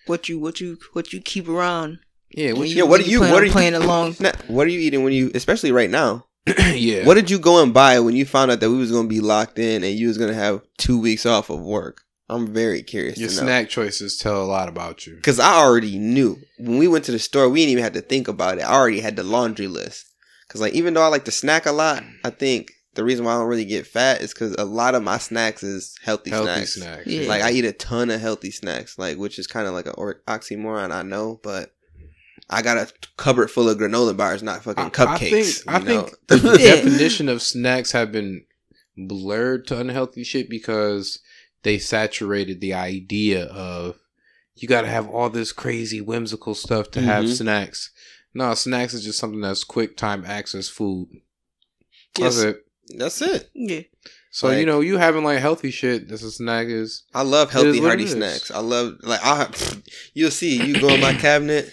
Speaker 4: What you what you what you keep around?
Speaker 3: Yeah. What
Speaker 4: when
Speaker 3: you,
Speaker 2: yeah, what
Speaker 4: when
Speaker 2: are you-
Speaker 4: plan
Speaker 2: what
Speaker 4: on
Speaker 2: are you-
Speaker 4: playing along?
Speaker 2: Now, what are you eating when you, especially right now?
Speaker 3: yeah.
Speaker 2: What did you go and buy when you found out that we was gonna be locked in and you was gonna have two weeks off of work? I'm very curious.
Speaker 3: Your
Speaker 2: to know.
Speaker 3: snack choices tell a lot about you.
Speaker 2: Cause I already knew when we went to the store, we didn't even have to think about it. I already had the laundry list. Cause like even though I like to snack a lot, I think the reason why I don't really get fat is because a lot of my snacks is healthy,
Speaker 3: Healthy
Speaker 2: snacks.
Speaker 3: snacks.
Speaker 4: Yeah.
Speaker 2: Like I eat a ton of healthy snacks, like which is kind of like an oxymoron, I know, but I got a cupboard full of granola bars, not fucking cupcakes.
Speaker 3: I
Speaker 2: you
Speaker 3: think,
Speaker 2: know?
Speaker 3: I think the
Speaker 4: Yeah.
Speaker 3: definition of snacks have been blurred to unhealthy shit because they saturated the idea of you got to have all this crazy whimsical stuff to have
Speaker 2: Mhm.
Speaker 3: snacks. No, snacks is just something that's quick time access food.
Speaker 2: Yes.
Speaker 3: That's it.
Speaker 2: that's it.
Speaker 4: Yeah.
Speaker 3: So
Speaker 2: Like-
Speaker 3: you know you having like healthy shit. That's a snack is
Speaker 2: I love
Speaker 3: It
Speaker 2: healthy,
Speaker 3: is what
Speaker 2: hearty
Speaker 3: it is.
Speaker 2: snacks. I love like I. You'll see, you go in my cabinet.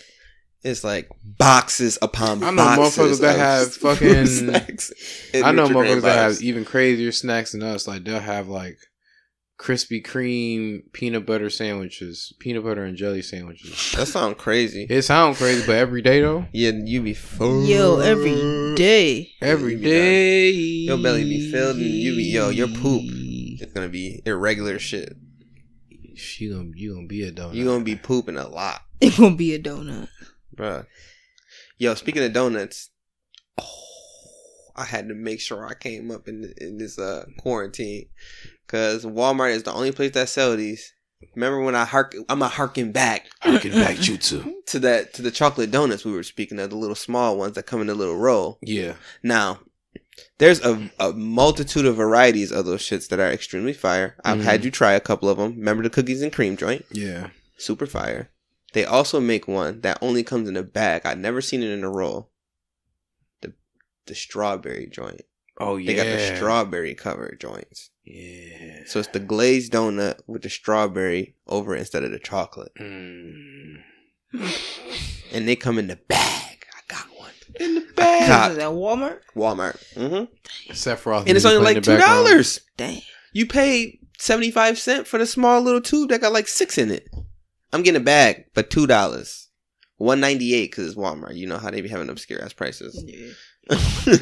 Speaker 2: It's like boxes upon
Speaker 3: I know
Speaker 2: boxes.
Speaker 3: motherfuckers that
Speaker 2: of
Speaker 3: have
Speaker 2: food
Speaker 3: fucking-
Speaker 2: snacks and
Speaker 3: I know
Speaker 2: Nutri-Grain
Speaker 3: motherfuckers that have
Speaker 2: bars.
Speaker 3: even crazier snacks than us. Like they'll have like Krispy Kreme peanut butter sandwiches, peanut butter and jelly sandwiches.
Speaker 2: That sound crazy.
Speaker 3: It sounds crazy, but every day though,
Speaker 2: Yeah, you be full.
Speaker 4: Yo, every day.
Speaker 3: every
Speaker 2: You be
Speaker 3: day
Speaker 2: Your belly be filled and you be yo. Your poop is gonna be irregular shit.
Speaker 3: She gonna you gonna be a donut.
Speaker 2: You gonna be pooping a lot,
Speaker 4: It gonna be a donut.
Speaker 2: bruh. Yo, speaking of donuts, oh, I had to make sure I came up in in this uh quarantine because Walmart is the only place that sell these. Remember when I hark? I'm a harking back
Speaker 3: harking back you too.
Speaker 2: to that to the chocolate donuts we were speaking of, the little small ones that come in a little roll.
Speaker 3: Yeah,
Speaker 2: Now, there's a, a multitude of varieties of those shits that are extremely fire. I've
Speaker 3: Mhm.
Speaker 2: had you try a couple of them. Remember the cookies and cream joint?
Speaker 3: yeah.
Speaker 2: Super fire. They also make one that only comes in a bag. I've never seen it in a roll. The the strawberry joint.
Speaker 3: Oh yeah.
Speaker 2: They got the strawberry covered joints.
Speaker 3: Yeah.
Speaker 2: So it's the glazed donut with the strawberry over it instead of the chocolate.
Speaker 3: Mm.
Speaker 2: And they come in the bag. I got one.
Speaker 4: In the
Speaker 2: Cop.
Speaker 4: bag. Is that Walmart?
Speaker 2: Walmart. hmm
Speaker 3: Sephiroth
Speaker 2: And it's
Speaker 3: music
Speaker 2: only
Speaker 3: playing
Speaker 2: like
Speaker 3: in
Speaker 2: two
Speaker 3: the background.
Speaker 2: dollars.
Speaker 4: Damn.
Speaker 2: You pay seventy five cent for the small little tube that got like six in it. I'm getting a bag for two dollars, one ninety eight because it's Walmart. You know how they be having obscure ass prices.
Speaker 4: Yeah.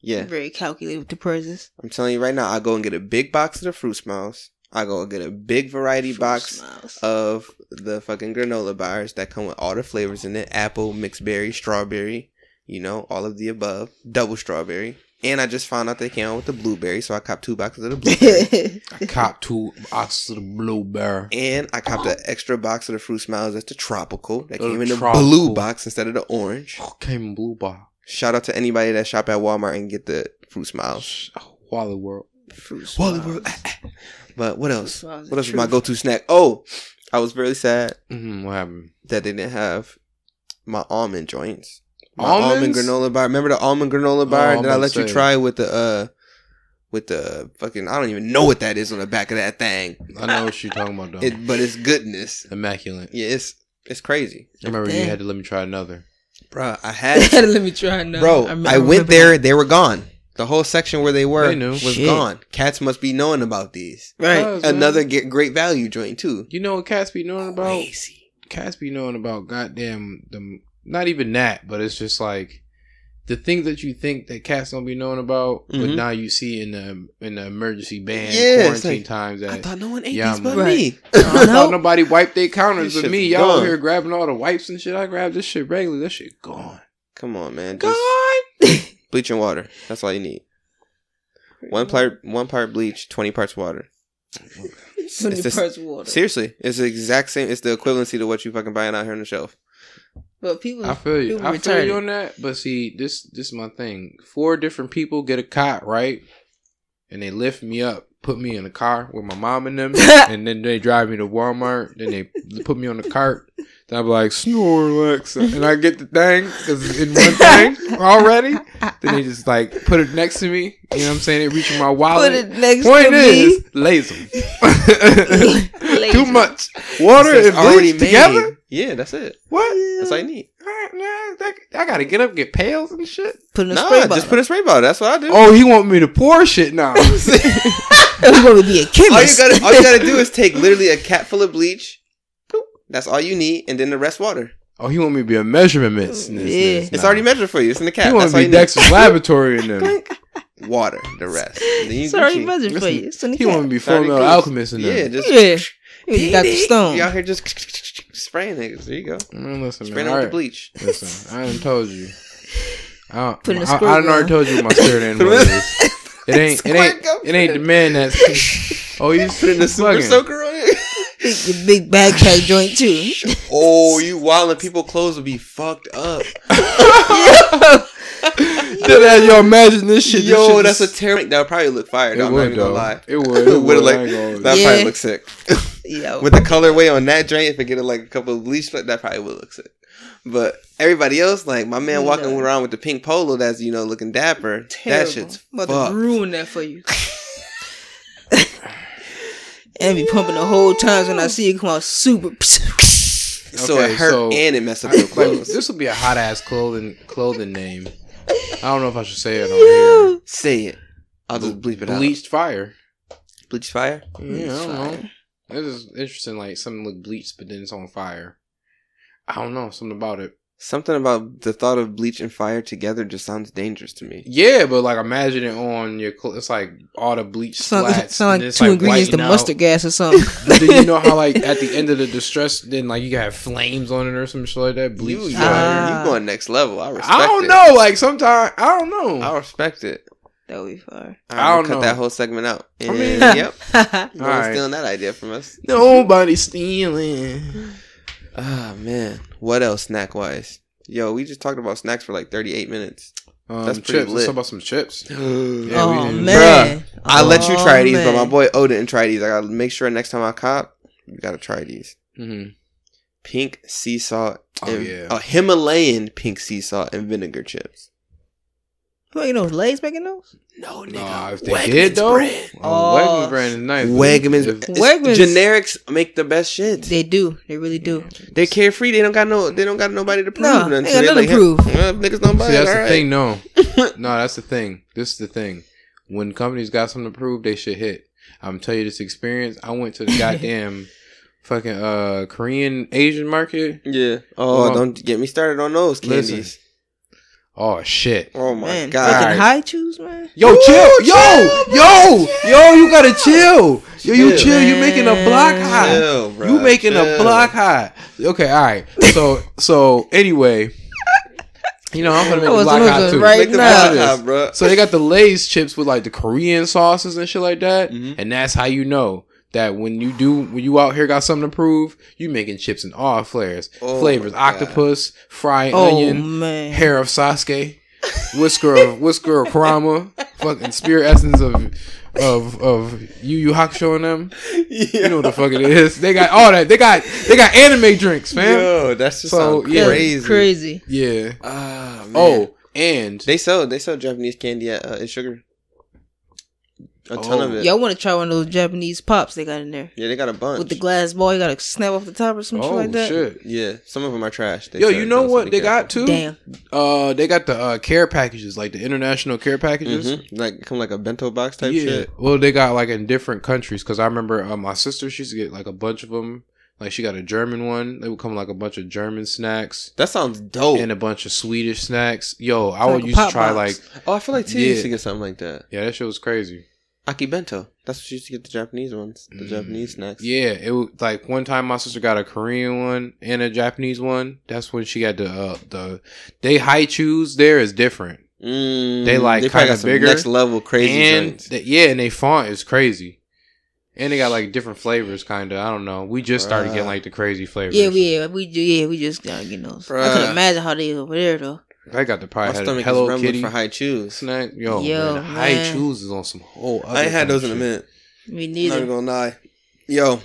Speaker 2: yeah,
Speaker 4: Very calculated with the prices.
Speaker 2: I'm telling you right now. I go and get a big box of the fruit smiles. I go and get a big variety
Speaker 4: Fruit
Speaker 2: box Uh,
Speaker 4: smiles.
Speaker 2: of the fucking granola bars that come with all the flavors in it: apple, mixed berry, strawberry. You know, all of the above, double strawberry. And I just found out they came out with the blueberry, so I copped two boxes of the blueberry.
Speaker 3: I copped two boxes of the blueberry.
Speaker 2: And I copped an extra box of the fruit smiles. That's the tropical. That
Speaker 3: Oh,
Speaker 2: came in the
Speaker 3: tropical.
Speaker 2: blue box instead of the orange.
Speaker 3: Oh, came in blue bar.
Speaker 2: Shout out to anybody that shop at Walmart and get the fruit smiles.
Speaker 3: Oh, Wally World.
Speaker 4: Fruit
Speaker 2: Wally
Speaker 4: smiles.
Speaker 2: World. But what else?
Speaker 4: Fruit smiles
Speaker 2: What else
Speaker 4: is
Speaker 2: is my
Speaker 4: true.
Speaker 2: go-to snack? Oh, I was really sad
Speaker 3: Mm, what happened?
Speaker 2: that they didn't have my almond joints. My almond
Speaker 3: Almonds?
Speaker 2: granola bar. Remember the almond granola
Speaker 3: Oh,
Speaker 2: bar
Speaker 3: I'm
Speaker 2: that I
Speaker 3: about
Speaker 2: let
Speaker 3: to
Speaker 2: you
Speaker 3: say.
Speaker 2: try with the uh with the fucking I don't even know what that is on the back of that thing.
Speaker 3: I know what you're talking about though.
Speaker 2: It, but it's goodness.
Speaker 3: Immaculate.
Speaker 2: Yeah, it's it's crazy.
Speaker 3: I remember you
Speaker 4: Damn.
Speaker 3: had to let me try another.
Speaker 2: Bruh, I had
Speaker 4: Let me try another.
Speaker 2: Bro,
Speaker 4: remember-
Speaker 2: I, went
Speaker 4: remember
Speaker 2: there. They were gone. The whole section where they were
Speaker 3: They knew.
Speaker 2: was
Speaker 4: Shit.
Speaker 2: gone. Cats must be knowing about these.
Speaker 4: that. Right.
Speaker 3: Cuz, man,
Speaker 2: Another ge- great value joint too.
Speaker 3: You know what cats be knowing about?
Speaker 2: Crazy.
Speaker 3: Cats be knowing about goddamn them. Not even that, but it's just like the things that you think that cats don't be knowing about, but
Speaker 2: Mhm.
Speaker 3: now you see in the in the emergency ban
Speaker 2: Yeah, it's
Speaker 3: quarantine
Speaker 2: like,
Speaker 3: times that.
Speaker 2: I
Speaker 3: I thought-
Speaker 2: thought no one ate
Speaker 3: Yeah,
Speaker 2: these but
Speaker 4: man.
Speaker 2: me.
Speaker 4: I know.
Speaker 3: nobody wiped their counters
Speaker 2: This
Speaker 3: with
Speaker 2: shit's
Speaker 3: me. Y'all
Speaker 2: gone.
Speaker 3: here grabbing all the wipes and shit. I grabbed this shit regularly. That shit gone.
Speaker 2: Come on, man.
Speaker 3: Gone.
Speaker 2: Just bleach and water. That's all you need. One part, one part bleach, twenty parts water.
Speaker 4: Twenty
Speaker 2: it's just-
Speaker 4: parts water.
Speaker 2: Seriously, it's the exact same. It's the equivalency to what you fucking buying out here on the shelf.
Speaker 4: but people,
Speaker 3: I feel you.
Speaker 4: people
Speaker 3: I feel you
Speaker 4: retarded.
Speaker 3: on that. But see, this this is my thing. Four different people get a cot, right? And they lift me up, put me in a car with my mom and them, and then they drive me to Walmart. Then they put me on the cart. Then I'm like Snorlax, and I get the thing because it's in one thing already. Then they just like put it next to me. You know what I'm saying? They reach in my
Speaker 4: put
Speaker 3: wallet.
Speaker 4: it next
Speaker 3: Point
Speaker 4: to me.
Speaker 3: is, lazy. Too
Speaker 4: Lazy.
Speaker 3: much water
Speaker 2: It's
Speaker 3: and already together.
Speaker 2: Yeah, that's it.
Speaker 3: What?
Speaker 2: That's all you need.
Speaker 3: Alright, nah, that- I gotta get up, get pails and shit.
Speaker 4: Put it in a spray
Speaker 2: Nah,
Speaker 4: bottle.
Speaker 2: just put a spray bottle. That's what I do.
Speaker 3: Oh, he want me to pour shit now.
Speaker 4: That's going to be
Speaker 2: all you
Speaker 4: a chemist.
Speaker 2: gotta all you gotta do is take literally a cap full of bleach. Boop. That's all you need, and then the rest water.
Speaker 3: oh, he want me to be a measurement miss.
Speaker 4: Yeah.
Speaker 2: It's already measured for you. It's in the cap.
Speaker 3: He
Speaker 2: That's
Speaker 3: want to
Speaker 2: all
Speaker 3: be
Speaker 2: you need.
Speaker 3: Dexter's laboratory in them.
Speaker 2: water, the rest. Then you
Speaker 4: It's already
Speaker 2: Gucci.
Speaker 4: buzzing for
Speaker 3: Listen,
Speaker 4: you. It's in the
Speaker 3: He
Speaker 4: cat.
Speaker 3: want to be
Speaker 2: Sorry,
Speaker 3: formula
Speaker 2: Goose.
Speaker 3: alchemist in there.
Speaker 2: Yeah, just
Speaker 4: Yeah. You got the stone.
Speaker 2: You out here just spraying niggas. There you go.
Speaker 3: Man, listen,
Speaker 2: Spraying
Speaker 3: man.
Speaker 2: them
Speaker 3: all
Speaker 2: with the
Speaker 3: right.
Speaker 2: bleach.
Speaker 3: Listen, I done told you. I don't,
Speaker 4: Put in a
Speaker 3: I, I
Speaker 4: squirt
Speaker 3: done already
Speaker 4: gun.
Speaker 3: told you what my spirit animal is. It ain't. It ain't.
Speaker 2: Squirt
Speaker 3: It ain't the man that's. Oh, you put in the
Speaker 2: Super
Speaker 3: fucking.
Speaker 2: soaker on it.
Speaker 4: Eat Your big backpack joint too.
Speaker 2: Oh, you wildin'. People clothes will be fucked up.
Speaker 3: Did that? Yo, imagine this shit.
Speaker 2: Yo, that's a terrible. That would probably look fire.
Speaker 3: It
Speaker 2: Though, I'm not
Speaker 3: would
Speaker 2: even gonna
Speaker 3: though.
Speaker 2: lie.
Speaker 3: It would. It
Speaker 2: It
Speaker 3: would.
Speaker 2: would
Speaker 3: I
Speaker 2: like
Speaker 3: ain't gonna-
Speaker 2: that.
Speaker 4: Yeah.
Speaker 2: Probably look sick
Speaker 4: Yo.
Speaker 2: with the colorway on that drain. If it get like a couple of bleach, that probably would look sick. But everybody else, like my man walking
Speaker 4: No.
Speaker 2: around with the pink polo, that's you know looking dapper.
Speaker 4: Terrible.
Speaker 2: That shit's
Speaker 4: I'm about
Speaker 2: fucked.
Speaker 4: to ruin that for you. and be pumping the whole times when I see it come out super.
Speaker 2: so
Speaker 3: Okay,
Speaker 2: it hurt
Speaker 3: so-
Speaker 2: and it messed up
Speaker 3: I-
Speaker 2: your
Speaker 3: like,
Speaker 2: clothes.
Speaker 3: this would be a hot ass clothing clothing name. I don't know if I should say it on here.
Speaker 2: Say it. I'll just bleep it out. Bleach,
Speaker 3: Bleached fire.
Speaker 2: bleach fire.
Speaker 3: Yeah, I don't know.
Speaker 4: fire.
Speaker 3: This is interesting. Like something look bleached, but then it's on fire. I don't know something about it.
Speaker 2: Something about the thought of bleach and fire together just sounds dangerous to me.
Speaker 3: Yeah, but like imagine it on your. Cl- it's like all the bleach
Speaker 4: Sound,
Speaker 3: slats.
Speaker 4: sound
Speaker 3: and
Speaker 4: like
Speaker 3: it's,
Speaker 4: two ingredients to
Speaker 3: whitening out.
Speaker 4: mustard gas or something.
Speaker 3: But then you know how like at the end of the distress, then like you got flames on it or some shit like that.
Speaker 2: Bleach
Speaker 3: Bleach.
Speaker 2: you,
Speaker 3: fire.
Speaker 4: Ah.
Speaker 2: you going next level. I respect it.
Speaker 3: I don't know. Like sometimes I don't know.
Speaker 2: I respect it.
Speaker 4: that would be fire.
Speaker 2: All
Speaker 3: I
Speaker 2: right, we'll
Speaker 3: don't
Speaker 2: cut
Speaker 3: know.
Speaker 2: that whole segment out.
Speaker 3: I mean-
Speaker 2: And, yep. No one's
Speaker 3: Alright.
Speaker 2: stealing that idea from us.
Speaker 3: Nobody stealing.
Speaker 2: Ah man, what else snack wise? Yo, we just talked about snacks for like thirty eight minutes.
Speaker 3: Um,
Speaker 2: That's
Speaker 3: That's
Speaker 2: pretty
Speaker 3: chips. Let's
Speaker 2: lit.
Speaker 3: talk about some chips.
Speaker 2: I
Speaker 3: Yeah, we
Speaker 4: oh
Speaker 3: didn't-
Speaker 4: man!
Speaker 2: let you
Speaker 4: Oh,
Speaker 2: try these,
Speaker 4: man.
Speaker 2: but my boy O didn't try these. I gotta make sure next time I cop, you gotta try these.
Speaker 3: Mm-hmm.
Speaker 2: Pink sea salt.
Speaker 3: Oh,
Speaker 2: And,
Speaker 3: yeah.
Speaker 2: oh, Himalayan pink sea salt and vinegar chips.
Speaker 4: What, you know, Lay's making those.
Speaker 2: No, nigga.
Speaker 3: Nah, if they did though,
Speaker 2: brand.
Speaker 3: oh, Wegmans
Speaker 4: Oh.
Speaker 3: brand is nice.
Speaker 2: Wegmans.
Speaker 3: If-
Speaker 2: It's-
Speaker 4: Wegmans.
Speaker 2: Generics make the best shit. They,
Speaker 4: They do. They really do.
Speaker 2: are carefree. They don't got no. They don't got nobody to prove.
Speaker 4: No,
Speaker 2: nothing
Speaker 4: they
Speaker 2: so
Speaker 4: got nothing
Speaker 2: like,
Speaker 4: to prove.
Speaker 2: "Huh, niggas don't buy
Speaker 3: See,
Speaker 2: it.
Speaker 3: that's
Speaker 2: all
Speaker 3: the
Speaker 2: right."
Speaker 3: thing. No, no, that's the thing. This is the thing. When companies got something to prove, they should hit. I'm tell you this experience. I went to the goddamn fucking uh Korean Asian market.
Speaker 2: Yeah. Oh,
Speaker 3: Well,
Speaker 2: don't get me started on those candies.
Speaker 3: Uh-huh. listen. Oh shit.
Speaker 2: Oh my
Speaker 4: man,
Speaker 2: god.
Speaker 4: fucking high chews, man.
Speaker 3: Yo,
Speaker 2: Ooh,
Speaker 3: chill, yo,
Speaker 2: chill,
Speaker 3: yo, yo, you gotta chill. Yo, you
Speaker 2: Chill,
Speaker 3: chill. You making a block
Speaker 4: man.
Speaker 3: high.
Speaker 2: Chill, bro,
Speaker 3: you making a
Speaker 2: chill.
Speaker 3: block high. Okay, all right. So, so anyway, you know I'm gonna make
Speaker 4: I
Speaker 3: a
Speaker 4: was
Speaker 3: block high
Speaker 4: looking
Speaker 3: too.
Speaker 4: right
Speaker 2: Make the
Speaker 4: now.
Speaker 2: block high, bro.
Speaker 3: So they got the Lay's chips with like the Korean sauces and shit like that,
Speaker 2: Mhm.
Speaker 3: and that's how you know that when you do when you out here got something to prove, you making chips in all flares,
Speaker 2: Oh
Speaker 3: flavors:
Speaker 2: my God.
Speaker 3: octopus, fried
Speaker 4: Oh
Speaker 3: onion,
Speaker 4: man,
Speaker 3: hair of Sasuke, whisker of whisker of Kurama, fucking spirit essence of of of Yu Yu Hakusho and them. You know what the fuck it is. They got all that. They got they got anime drinks, fam.
Speaker 2: Yo, that's just
Speaker 3: So,
Speaker 2: sound
Speaker 3: yeah.
Speaker 2: crazy.
Speaker 4: crazy.
Speaker 3: Yeah.
Speaker 2: Ah, man.
Speaker 3: Oh, and
Speaker 2: They sell they sell Japanese candy at uh, in sugar. A ton
Speaker 3: Oh.
Speaker 2: of it.
Speaker 4: Y'all want to try one of those Japanese pops they got in there
Speaker 2: Yeah, they got a bunch.
Speaker 4: with the glass ball? You got to snap off the top or some shit
Speaker 3: oh
Speaker 4: like that.
Speaker 3: shit.
Speaker 2: yeah, some of them are trash. They
Speaker 3: Yo,
Speaker 2: sell
Speaker 3: you
Speaker 2: it,
Speaker 3: know
Speaker 2: though, so
Speaker 3: what
Speaker 2: be
Speaker 3: they
Speaker 2: careful.
Speaker 3: got too?
Speaker 4: Damn.
Speaker 3: Uh, they got the uh, care packages, like the international care packages.
Speaker 4: Mm-hmm.
Speaker 2: Mhm. Like come like a bento box type
Speaker 3: yeah.
Speaker 2: shit.
Speaker 3: Well, they got like in different countries because I remember uh, my sister she used to get like a bunch of them. Like she got a German one. They would come like a bunch of German snacks
Speaker 2: That sounds dope.
Speaker 3: and a bunch of Swedish snacks. Yo, I
Speaker 4: Oh. Like
Speaker 3: would
Speaker 4: a
Speaker 3: used to
Speaker 4: pop
Speaker 3: try
Speaker 4: box.
Speaker 3: like
Speaker 2: oh, I feel like Tia
Speaker 3: Yeah.
Speaker 2: used to get something like that.
Speaker 3: yeah, that shit was crazy.
Speaker 2: Aki bento. That's what she used to get the Japanese ones. The
Speaker 3: Mm.
Speaker 2: Japanese snacks.
Speaker 3: Yeah, it was like one time my sister got a Korean one and a Japanese one. That's when she got the uh, the they high chews there is different.
Speaker 2: Mm,
Speaker 3: They, like,
Speaker 2: probably
Speaker 3: kinda
Speaker 2: got some
Speaker 3: bigger.
Speaker 2: next level crazy
Speaker 3: and
Speaker 2: joints.
Speaker 3: the- yeah, and they font is crazy, and they got like different flavors, kind of. I don't know. We just started
Speaker 2: Bruh.
Speaker 3: getting like the crazy flavors.
Speaker 4: Yeah, we yeah, we do yeah, we just gotta get those. I
Speaker 2: Bruh.
Speaker 4: could imagine how they over there though.
Speaker 3: I got the
Speaker 2: My
Speaker 3: probably had a
Speaker 2: stomach is
Speaker 3: Hello
Speaker 2: rumbling
Speaker 3: Kitty
Speaker 2: for high chews.
Speaker 3: snack. Yo,
Speaker 4: Yo,
Speaker 3: man, high
Speaker 4: man.
Speaker 3: chews is on some whole. Other
Speaker 2: I ain't had
Speaker 3: kind of
Speaker 2: those in a
Speaker 3: shit.
Speaker 2: minute.
Speaker 4: We
Speaker 2: Not
Speaker 4: neither.
Speaker 2: even gonna lie. Yo,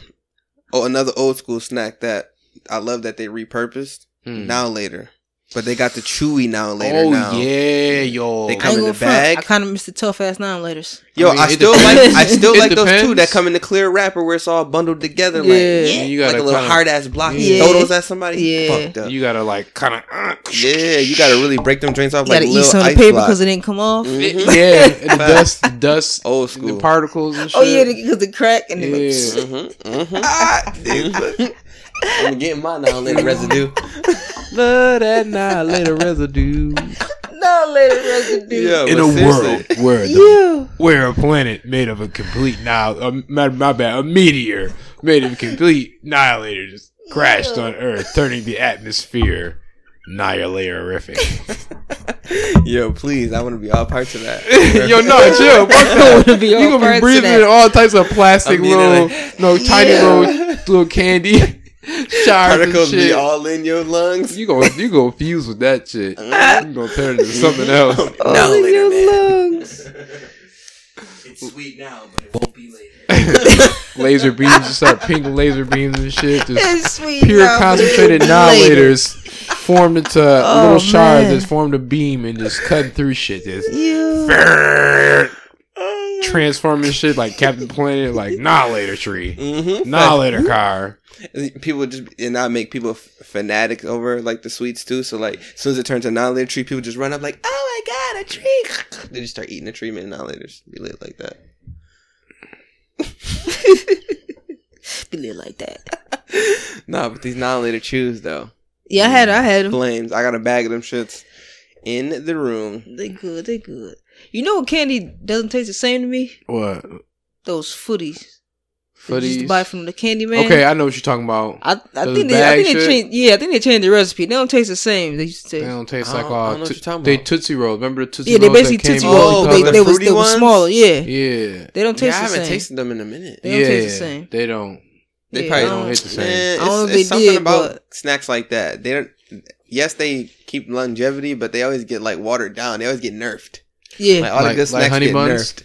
Speaker 2: oh, another old school snack that I love that they repurposed.
Speaker 3: Hmm.
Speaker 2: Now and later, but they got the chewy now and later.
Speaker 3: oh
Speaker 2: now.
Speaker 3: yeah, yo.
Speaker 2: They
Speaker 4: I ain't
Speaker 2: come in
Speaker 4: gonna
Speaker 2: the
Speaker 4: front,
Speaker 2: bag.
Speaker 4: I kind of missed the tough ass nine letters.
Speaker 2: Yo, I,
Speaker 3: I mean, it
Speaker 2: still like
Speaker 4: depends.
Speaker 2: I still
Speaker 3: It
Speaker 2: like those two
Speaker 3: depends.
Speaker 2: that come in the clear wrapper where it's all bundled together,
Speaker 4: Yeah.
Speaker 2: like
Speaker 4: Yeah.
Speaker 3: You
Speaker 2: like a
Speaker 3: gotta
Speaker 2: little
Speaker 3: kinda-
Speaker 2: hard ass block. You
Speaker 4: Yeah.
Speaker 2: Throw those at somebody.
Speaker 4: Yeah.
Speaker 2: Fucked up.
Speaker 3: You gotta like uh, kind of.
Speaker 2: yeah, you gotta really break them drinks off
Speaker 4: You
Speaker 2: like
Speaker 4: gotta eat
Speaker 2: little
Speaker 4: some of the
Speaker 2: ice
Speaker 4: paper
Speaker 2: block.
Speaker 4: because it didn't come off.
Speaker 2: Mhm.
Speaker 3: yeah, and the dust, the dust,
Speaker 2: Old
Speaker 3: the
Speaker 2: school.
Speaker 3: particles and shit.
Speaker 4: Oh yeah, because the crack and then like,
Speaker 3: Yeah.
Speaker 2: Mhm, mhm. Ah, dude, look. I'm getting mine now and later residue.
Speaker 3: Blood and annihilator residue.
Speaker 4: annihilated residue.
Speaker 2: Yeah,
Speaker 4: Yeah.
Speaker 2: but
Speaker 3: in a world
Speaker 2: seriously.
Speaker 3: where the-
Speaker 4: yeah.
Speaker 3: where a planet made of a complete nihil, uh, my, my bad, a meteor made of complete annihilator just crashed on Earth, turning the atmosphere annihilatorific.
Speaker 2: Yo, please, I want to be all parts of that.
Speaker 3: Yo, no, chill. Fuck no.
Speaker 4: Be
Speaker 3: You
Speaker 4: all
Speaker 3: gonna
Speaker 4: parts
Speaker 3: be
Speaker 4: of
Speaker 3: breathing
Speaker 4: that.
Speaker 3: in all types of plastic
Speaker 2: I'm eating
Speaker 3: little, no tiny
Speaker 4: Yeah.
Speaker 3: little little candy shards and
Speaker 2: Particles be
Speaker 3: shit.
Speaker 2: all in your lungs.
Speaker 3: You gonna you gonna fuse with that shit. You gonna turn it into something else.
Speaker 4: All in your lungs.
Speaker 3: Laser beams, just start pink laser beams and shit. Just
Speaker 4: It's sweet.
Speaker 3: pure
Speaker 4: now.
Speaker 3: concentrated
Speaker 4: Later.
Speaker 3: annihilators formed into
Speaker 4: Oh,
Speaker 3: little shards
Speaker 4: man.
Speaker 3: that formed a beam and just cutting through shit. Just
Speaker 4: Yeah. Oh,
Speaker 3: transforming shit like Captain Planet, like Annihilator Tree,
Speaker 2: Mm-hmm.
Speaker 3: Annihilator Car.
Speaker 2: People just and I make people f- fanatics over like the sweets too. So like, as soon as it turns to annihilator tree, people just run up like, "Oh my god, a tree!" They just start eating the tree, man. Annihilators be lit like that.
Speaker 4: Be lit like that.
Speaker 2: Nah, but these annihilator chews though.
Speaker 4: Yeah, I had I had them.
Speaker 2: Flames. I got a bag of them shits in the room.
Speaker 4: They good. They good. You know what candy doesn't taste the same to me?
Speaker 3: What?
Speaker 4: Those footies. That you used to
Speaker 3: Footies.
Speaker 4: buy from the candy man.
Speaker 3: Okay, I know what you're talking about.
Speaker 4: I, I
Speaker 3: Those
Speaker 4: think they, I
Speaker 3: bag
Speaker 4: think they
Speaker 3: shit?
Speaker 4: changed. Yeah, I think they changed the recipe. They don't taste the same. They used to
Speaker 3: They
Speaker 4: taste.
Speaker 3: don't taste
Speaker 2: I
Speaker 3: like
Speaker 2: don't- I
Speaker 3: all.
Speaker 2: don't know what
Speaker 3: T-
Speaker 2: you're talking
Speaker 3: they
Speaker 2: about.
Speaker 3: Tootsie rolls. Remember the Tootsie
Speaker 4: Yeah, they
Speaker 3: rolls? that
Speaker 4: basically
Speaker 3: came
Speaker 4: Tootsie
Speaker 3: in all
Speaker 4: Rolls.
Speaker 2: Oh,
Speaker 4: they,
Speaker 2: the
Speaker 4: they was
Speaker 2: fruity
Speaker 4: they was
Speaker 2: ones?
Speaker 4: smaller. Yeah,
Speaker 3: Yeah.
Speaker 4: they don't
Speaker 2: Yeah, I
Speaker 4: taste the
Speaker 2: haven't
Speaker 4: same.
Speaker 2: tasted them in a minute.
Speaker 4: They don't
Speaker 3: yeah.
Speaker 4: taste the same.
Speaker 3: They don't.
Speaker 2: They
Speaker 4: Yeah,
Speaker 2: probably
Speaker 4: I
Speaker 3: don't hit the
Speaker 2: Man,
Speaker 3: same.
Speaker 2: it's,
Speaker 4: I don't know if
Speaker 2: it's
Speaker 4: they
Speaker 2: something
Speaker 4: did,
Speaker 2: about
Speaker 4: but-
Speaker 2: snacks like that. They don't. Yes, they keep longevity, but they always get like watered down. They always get nerfed.
Speaker 4: Yeah,
Speaker 2: Like all the
Speaker 3: Like-
Speaker 2: good
Speaker 3: like
Speaker 2: snacks
Speaker 3: honey
Speaker 2: get
Speaker 3: buns?
Speaker 2: nerfed.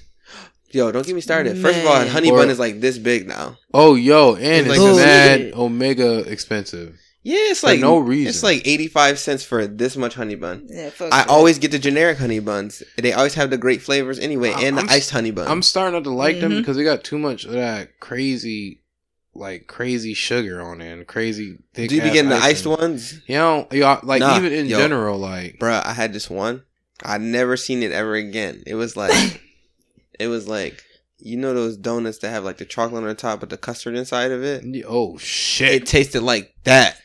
Speaker 2: Yo, don't get me started. First of all,
Speaker 4: Man.
Speaker 2: honey
Speaker 3: Or-
Speaker 2: bun is like this big now.
Speaker 3: Oh, yo, and
Speaker 2: It's
Speaker 3: it's,
Speaker 2: like this.
Speaker 3: mad
Speaker 4: Bullshit.
Speaker 3: omega expensive.
Speaker 2: Yeah, it's
Speaker 3: For
Speaker 2: like
Speaker 3: no reason.
Speaker 2: It's like eighty five cents for this much honey bun.
Speaker 4: yeah fuck
Speaker 2: I
Speaker 4: that.
Speaker 2: always get the generic honey buns. They always have the great flavors anyway,
Speaker 3: I-
Speaker 2: and
Speaker 3: I'm
Speaker 2: the
Speaker 3: s-
Speaker 2: iced honey bun.
Speaker 3: I'm starting not to like them
Speaker 4: Mhm.
Speaker 3: because they got too much of that crazy, like crazy sugar on it and crazy. Thick
Speaker 2: Do you be
Speaker 3: ass
Speaker 2: getting the
Speaker 3: icing.
Speaker 2: iced ones,
Speaker 3: You know, you know, like
Speaker 2: Nah,
Speaker 3: even in
Speaker 2: yo.
Speaker 3: general, like
Speaker 2: Bruh, I had this one. I never seen it ever again. It was like, it was like you know those donuts that have like the chocolate on the top but the custard inside of it.
Speaker 3: oh
Speaker 2: It
Speaker 3: shit,
Speaker 2: tasted like that,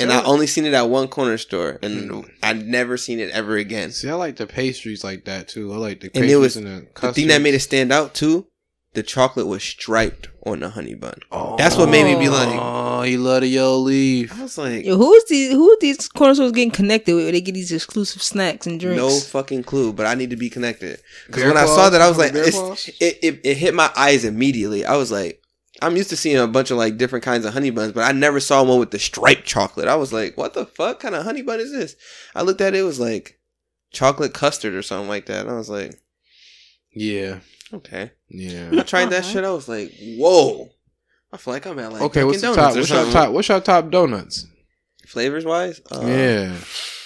Speaker 2: and I
Speaker 3: So-
Speaker 2: only seen it at one corner store, and
Speaker 3: Mhm.
Speaker 2: I never seen it ever again.
Speaker 3: See, I like the pastries like that too. I like the
Speaker 2: And
Speaker 3: pastries
Speaker 2: it
Speaker 3: and,
Speaker 2: was-
Speaker 3: the
Speaker 2: The
Speaker 3: custard.
Speaker 2: thing that made it stand out too, the chocolate was striped on the honey bun.
Speaker 3: oh,
Speaker 2: That's what made me be like-
Speaker 3: oh, you love the yellow leaf.
Speaker 2: I was like,
Speaker 4: Yo, who is these? Who are these corner stores getting connected with? Where they get these exclusive snacks and drinks?
Speaker 2: no fucking clue, but I need to be connected. Because
Speaker 3: Bear
Speaker 2: when I saw
Speaker 3: claws?
Speaker 2: that, I was
Speaker 3: Remember
Speaker 2: like,
Speaker 3: bear
Speaker 2: it's,
Speaker 3: claws?
Speaker 2: it, it, it hit my eyes immediately. I was like, I'm used to seeing a bunch of like different kinds of honey buns, but I never saw one with the striped chocolate. I was like, what the fuck kind of honey bun is this? I looked at it, it was like chocolate custard or something like that. And I was like,
Speaker 3: yeah,
Speaker 2: okay. When I
Speaker 3: yeah.
Speaker 2: tried that
Speaker 4: Uh-huh.
Speaker 2: shit. I was like, whoa. I feel like I'm at like
Speaker 3: okay, what's the
Speaker 2: Dunkin'
Speaker 3: top?
Speaker 2: Donuts or
Speaker 3: What's your
Speaker 2: something.
Speaker 3: top? What's your top donuts?
Speaker 2: Flavors wise, uh,
Speaker 3: yeah,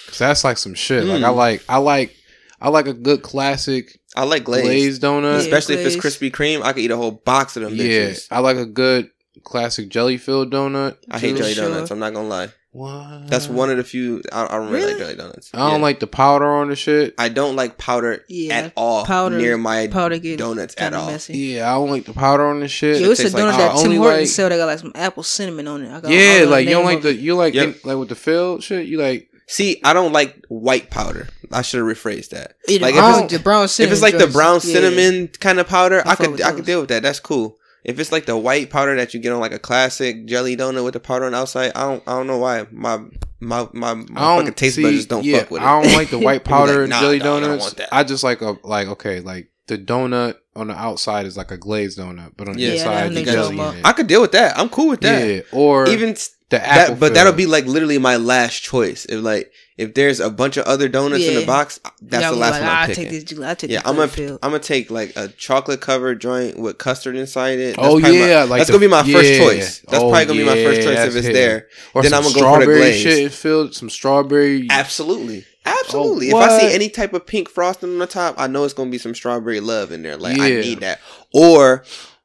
Speaker 3: because that's like some shit. Like
Speaker 2: Mm.
Speaker 3: I like, I like, I like a good classic
Speaker 2: I like glazed,
Speaker 3: glazed donut.
Speaker 4: Yeah,
Speaker 2: especially if it's
Speaker 4: glazed.
Speaker 2: Krispy Kreme. I could eat a whole box of them
Speaker 3: uh, Yeah,
Speaker 2: bitches.
Speaker 3: I like a good classic jelly filled donut.
Speaker 2: I hate
Speaker 4: Too
Speaker 2: jelly
Speaker 4: sure.
Speaker 2: donuts. I'm not gonna lie.
Speaker 3: What?
Speaker 2: That's one of the few I, I don't really, like jelly donuts.
Speaker 3: I don't
Speaker 2: Yeah.
Speaker 3: like the powder on the shit.
Speaker 2: I don't like powder
Speaker 4: Yeah,
Speaker 2: at all
Speaker 4: powder-
Speaker 2: near my
Speaker 4: powder gets
Speaker 2: donuts at
Speaker 4: kinda
Speaker 2: all.
Speaker 4: messy.
Speaker 3: Yeah, I don't like the powder on the shit.
Speaker 4: Yo, it's a
Speaker 2: tastes
Speaker 4: donut
Speaker 2: like-
Speaker 4: that
Speaker 3: I
Speaker 4: Tim
Speaker 3: only
Speaker 4: Hortons
Speaker 3: like-
Speaker 4: sell that got like some apple cinnamon on it. I got- I don't
Speaker 3: yeah,
Speaker 4: know the
Speaker 3: like you
Speaker 4: name
Speaker 3: don't like
Speaker 4: of
Speaker 3: the
Speaker 4: it.
Speaker 3: you like
Speaker 2: Yep.
Speaker 3: like with the filled shit. You like
Speaker 2: See, I don't like white powder. I should have rephrased that.
Speaker 4: Yeah, the
Speaker 2: like if
Speaker 4: brown,
Speaker 2: it's,
Speaker 4: the brown
Speaker 2: if
Speaker 4: cinnamon.
Speaker 2: it's like the
Speaker 4: joints.
Speaker 2: brown
Speaker 4: Yeah.
Speaker 2: cinnamon kind of powder,
Speaker 4: I
Speaker 2: I
Speaker 4: fuck
Speaker 2: could
Speaker 4: with
Speaker 2: I could
Speaker 4: those.
Speaker 2: deal with that. That's cool. If it's like the white powder that you get on like a classic jelly donut with the powder on the outside, I don't I don't know why my my my,
Speaker 3: I
Speaker 2: my
Speaker 3: don't
Speaker 2: fucking taste
Speaker 3: see-
Speaker 2: buds just don't
Speaker 3: yeah,
Speaker 2: fuck with it.
Speaker 3: I don't like the white
Speaker 2: They be like,
Speaker 3: powder
Speaker 2: "Nah,
Speaker 3: jelly
Speaker 2: dog, I don't
Speaker 3: donuts.
Speaker 2: want that."
Speaker 3: I, just like a like okay like the donut on the outside is like a glazed donut, but on the
Speaker 2: Yeah,
Speaker 3: inside
Speaker 4: that
Speaker 3: the
Speaker 4: nigga
Speaker 3: jelly.
Speaker 4: talking
Speaker 3: in
Speaker 2: I
Speaker 3: it.
Speaker 2: could deal with that. I'm cool with that.
Speaker 3: yeah, or
Speaker 2: Even s-
Speaker 3: the apple.
Speaker 2: that, but that'll
Speaker 3: filled.
Speaker 2: be like literally my last choice. If like if there's a bunch of other donuts in the
Speaker 4: Yeah.
Speaker 2: box, that's
Speaker 4: Y'all
Speaker 2: the
Speaker 4: be
Speaker 2: last
Speaker 4: like,
Speaker 2: one I'm
Speaker 4: "Ah, I
Speaker 2: picking.
Speaker 4: take this. jel- I take
Speaker 2: yeah,
Speaker 4: this
Speaker 2: I'm
Speaker 4: jelly
Speaker 2: gonna
Speaker 4: filled."
Speaker 2: I'm gonna take like a chocolate covered joint with custard inside it.
Speaker 3: Oh
Speaker 2: probably
Speaker 3: yeah,
Speaker 2: my,
Speaker 3: like
Speaker 2: that's
Speaker 3: the-
Speaker 2: gonna be my first
Speaker 3: yeah.
Speaker 2: choice. That's
Speaker 3: Oh,
Speaker 2: probably gonna be my first
Speaker 3: yeah,
Speaker 2: choice if
Speaker 3: that's
Speaker 2: it's
Speaker 3: hitting.
Speaker 2: there.
Speaker 3: Or
Speaker 2: then
Speaker 3: some
Speaker 2: I'ma go for the
Speaker 3: strawberry
Speaker 2: glaze.
Speaker 3: shit filled some strawberry.
Speaker 2: Absolutely, absolutely. if I
Speaker 3: Oh, what?
Speaker 2: see any type of pink frosting on the top, I know it's gonna be some strawberry love in there. Like I
Speaker 3: Yeah.
Speaker 2: need that. Or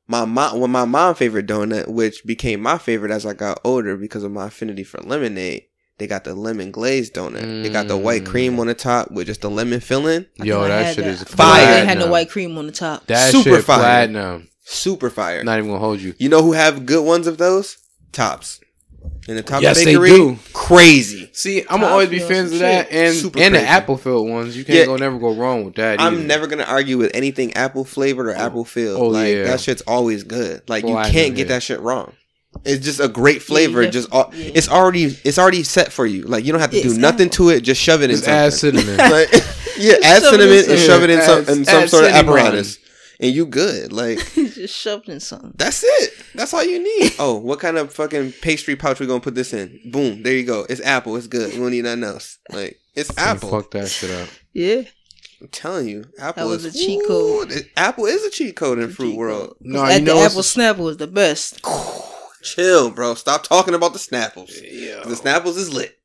Speaker 2: my mom, well, my mom favorite donut, which became my favorite as I got older because of my affinity for lemonade. They got the lemon glazed donut. They got the white
Speaker 3: Mm.
Speaker 2: cream on the top with just the lemon filling.
Speaker 4: I
Speaker 3: Yo,
Speaker 4: think I
Speaker 3: that
Speaker 4: had
Speaker 3: shit
Speaker 4: that.
Speaker 3: is
Speaker 4: I forgot
Speaker 2: fire.
Speaker 4: They had the
Speaker 3: platinum.
Speaker 4: white cream on the top.
Speaker 3: That
Speaker 2: Super
Speaker 3: shit
Speaker 2: fire.
Speaker 3: platinum.
Speaker 2: Super fire.
Speaker 3: Not even gonna hold you.
Speaker 2: You know who have good ones of those? Tops. And the top
Speaker 3: Yes, they
Speaker 2: bakery,
Speaker 3: do.
Speaker 2: crazy.
Speaker 3: See, I'm gonna always be
Speaker 4: Toppings
Speaker 3: fans
Speaker 4: and
Speaker 3: of that,
Speaker 4: shit.
Speaker 3: and
Speaker 2: Super
Speaker 3: and the
Speaker 2: crazy.
Speaker 3: apple filled ones. You can't
Speaker 2: Yeah.
Speaker 3: go never go wrong with that. either.
Speaker 2: I'm never gonna argue with anything apple flavored or apple filled.
Speaker 3: Oh,
Speaker 2: like
Speaker 3: yeah.
Speaker 2: that shit's always good. Like
Speaker 3: Well, I
Speaker 2: you can't
Speaker 3: know,
Speaker 2: get
Speaker 3: yeah.
Speaker 2: that shit wrong. It's just a great flavor.
Speaker 4: you def-
Speaker 2: just all,
Speaker 4: yeah.
Speaker 2: it's already it's already set for you. Like you don't have to
Speaker 4: Yeah,
Speaker 2: do
Speaker 4: it's
Speaker 2: nothing to it. Just shove it in
Speaker 3: Just
Speaker 2: something.
Speaker 3: add cinnamon.
Speaker 2: like, yeah, add
Speaker 4: Shove it in
Speaker 2: cinnamon and
Speaker 4: something.
Speaker 2: shove it in some
Speaker 3: Add-
Speaker 2: in some
Speaker 3: add
Speaker 2: sort of
Speaker 3: cinnamon.
Speaker 2: apparatus, and you good. Like
Speaker 4: just shoved in something.
Speaker 2: That's it. That's all you need. Oh, what kind of fucking pastry pouch we gonna put this in? Boom, there you go. It's apple. It's good. We don't need nothing else. Like it's
Speaker 3: And
Speaker 2: apple.
Speaker 3: Fuck that shit up.
Speaker 4: Yeah,
Speaker 2: I'm telling you, apple
Speaker 4: That was
Speaker 2: is
Speaker 4: a cheat code.
Speaker 2: Ooh, it- apple is a cheat code in fruit world.
Speaker 3: No,
Speaker 4: No,
Speaker 3: you
Speaker 4: at
Speaker 3: know
Speaker 4: the
Speaker 3: what's-
Speaker 4: apple snapple is the best.
Speaker 2: Chill, bro. Stop talking about the snapples.
Speaker 3: Yeah,
Speaker 2: The snapples is lit.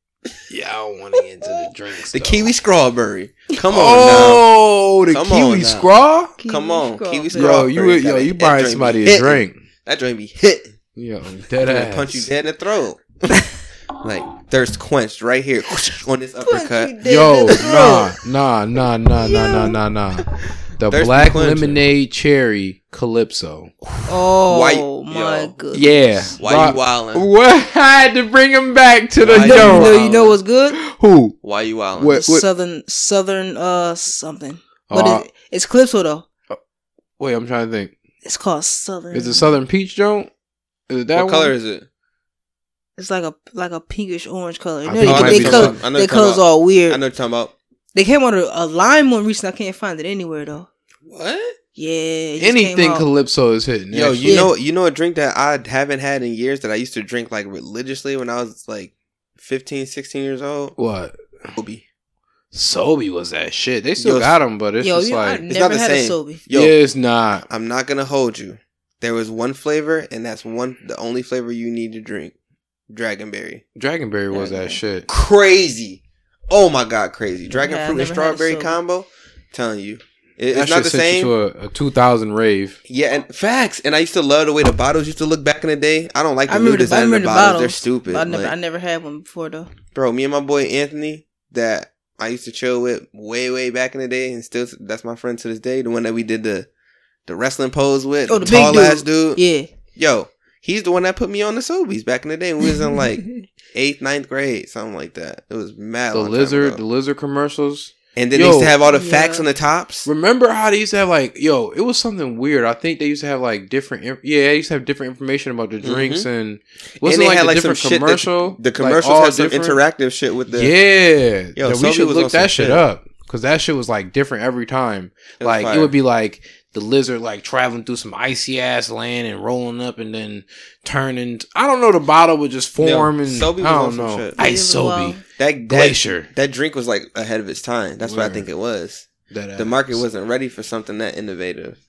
Speaker 3: yeah. I don't want to get into the drinks.
Speaker 2: The
Speaker 3: though.
Speaker 2: kiwi strawberry. Come on
Speaker 3: Oh, the
Speaker 2: Come on
Speaker 3: kiwi
Speaker 2: now.
Speaker 3: scraw.
Speaker 4: Kiwi
Speaker 2: Come on,
Speaker 4: straw,
Speaker 2: kiwi
Speaker 4: bitch.
Speaker 2: straw.
Speaker 3: Yo,
Speaker 2: Strawberry,
Speaker 3: you yo,
Speaker 2: gotta-
Speaker 3: you
Speaker 2: that
Speaker 3: buying
Speaker 2: drink
Speaker 3: somebody
Speaker 2: be
Speaker 3: a
Speaker 2: hitting.
Speaker 3: drink?
Speaker 2: now. That joint be hit.
Speaker 3: Yo, dead
Speaker 2: Gonna
Speaker 3: ass.
Speaker 2: Punch you dead in the throat. like thirst quenched right here on this
Speaker 4: Punch
Speaker 2: uppercut.
Speaker 4: you dead
Speaker 3: Yo,
Speaker 4: in the throat.
Speaker 3: nah, nah, nah, nah, nah, nah, nah,
Speaker 4: Yo.
Speaker 3: nah. The
Speaker 2: Thirsty
Speaker 3: black
Speaker 2: cleanser.
Speaker 3: lemonade cherry calypso.
Speaker 4: Oh
Speaker 2: Why-
Speaker 4: my
Speaker 2: yo.
Speaker 4: goodness.
Speaker 3: Yeah.
Speaker 2: Why you
Speaker 3: Why-
Speaker 2: wildin'?
Speaker 3: What? I had to bring him back to the
Speaker 2: Why
Speaker 4: You know,
Speaker 2: Yo.
Speaker 4: you
Speaker 3: yo.
Speaker 4: know, you know what's good?
Speaker 3: Who?
Speaker 2: Why you wildin'?
Speaker 3: What- Um, what-
Speaker 4: Southern, southern, uh, something. But
Speaker 3: Uh,
Speaker 4: it, it's Calypso though.
Speaker 3: wait, I'm trying to think.
Speaker 4: It's called Southern.
Speaker 3: Is it Southern Peach Joint? Is it that
Speaker 2: Mm. what
Speaker 3: one?
Speaker 2: color is it?
Speaker 4: It's like a like a pinkish orange color. You
Speaker 3: I
Speaker 4: know,
Speaker 3: think it might
Speaker 4: they,
Speaker 3: be
Speaker 4: they
Speaker 2: something. I
Speaker 4: color,
Speaker 2: know
Speaker 4: they
Speaker 2: it's something
Speaker 4: colors
Speaker 2: about-
Speaker 4: all
Speaker 2: I
Speaker 4: weird.
Speaker 2: know what you're talking about.
Speaker 4: They came out a, a lime one recently. I can't find it anywhere though.
Speaker 2: What?
Speaker 4: Yeah, it just came
Speaker 3: Anything
Speaker 4: out.
Speaker 3: Calypso is hitting.
Speaker 2: Yo,
Speaker 3: actually.
Speaker 2: you
Speaker 4: Yeah.
Speaker 2: know you know a drink that I haven't had in years that I used to drink like religiously when I was like 15, 16 years old?
Speaker 3: what?
Speaker 2: Kobe.
Speaker 3: Sobe was that shit. They still
Speaker 2: Yo,
Speaker 3: got him, but it's
Speaker 4: Yo,
Speaker 3: just
Speaker 4: you know, I
Speaker 3: like
Speaker 2: it's not
Speaker 4: never
Speaker 2: the
Speaker 4: had
Speaker 2: same.
Speaker 4: a Sobe.
Speaker 2: Yo,
Speaker 3: yeah, it's not.
Speaker 2: I'm not gonna hold you. There was one flavor and that's one the only flavor you need to drink. Dragonberry.
Speaker 3: Dragonberry was that
Speaker 4: Dragonberry.
Speaker 3: shit.
Speaker 2: Crazy. Oh my god, crazy. Dragon
Speaker 4: Yeah, I
Speaker 2: fruit and
Speaker 4: never had a
Speaker 2: strawberry
Speaker 4: soda.
Speaker 2: combo. telling you. It-
Speaker 3: That
Speaker 2: it's not
Speaker 3: shit
Speaker 2: the
Speaker 3: sent you
Speaker 2: same.
Speaker 3: to a, a 2000 rave.
Speaker 2: Yeah, and facts. And I used to love the way the bottles used to look back in the day. I don't like
Speaker 4: I
Speaker 2: the new
Speaker 4: remember the- I
Speaker 2: design of the
Speaker 4: remember the
Speaker 2: bottles. They're
Speaker 4: bottles,
Speaker 2: stupid.
Speaker 4: But I never,
Speaker 2: Like-
Speaker 4: I never had one before though.
Speaker 2: bro, me and my boy Anthony that I used to chill with way, way back in the day, and still that's my friend to this day. The one that we did the the wrestling pose with,
Speaker 4: Oh,
Speaker 2: the,
Speaker 4: the big
Speaker 2: tall
Speaker 4: dude.
Speaker 2: ass dude.
Speaker 4: Yeah,
Speaker 2: Yo, he's the one that put me on the Sobies back in the day. when We was in like eighth, ninth grade, something like that. It was mad.
Speaker 3: The
Speaker 2: long time
Speaker 3: lizard, the
Speaker 2: ago.
Speaker 3: lizard commercials.
Speaker 2: and then
Speaker 3: Yo.
Speaker 2: they used to have all the facts
Speaker 4: Yeah.
Speaker 2: on the tops.
Speaker 3: Remember how they used to have like, yo, it was something weird. I think they used to have like different, inf- yeah, they used to have different information about the drinks and wasn't
Speaker 2: Mm-hmm. and they
Speaker 3: like,
Speaker 2: had
Speaker 3: the
Speaker 2: like some
Speaker 3: different
Speaker 2: shit.
Speaker 3: commercial.
Speaker 2: That, the
Speaker 3: Like,
Speaker 2: commercials
Speaker 3: all
Speaker 2: had some
Speaker 3: different?
Speaker 2: interactive shit with the.
Speaker 3: yeah,
Speaker 2: Yo,
Speaker 3: that we
Speaker 2: Sobe
Speaker 3: should
Speaker 2: was on
Speaker 3: look
Speaker 2: some
Speaker 3: that shit
Speaker 2: shit.
Speaker 3: up because that shit was like different every time.
Speaker 2: It was
Speaker 3: like it
Speaker 2: fire.
Speaker 3: would be like the lizard like traveling through some icy ass land and rolling up and then turning. I don't know. The bottle would just
Speaker 2: Yeah,
Speaker 3: form and
Speaker 2: Sobe was
Speaker 3: I
Speaker 2: on
Speaker 3: don't
Speaker 2: some
Speaker 3: know.
Speaker 2: shit.
Speaker 3: Ice
Speaker 4: Yeah, it was wild.
Speaker 3: Sobe,
Speaker 2: that, that
Speaker 3: glacier.
Speaker 2: that drink was like ahead of its time. That's what I
Speaker 3: Word.
Speaker 2: think it was.
Speaker 3: That
Speaker 2: the market
Speaker 3: ass.
Speaker 2: wasn't ready for something that innovative.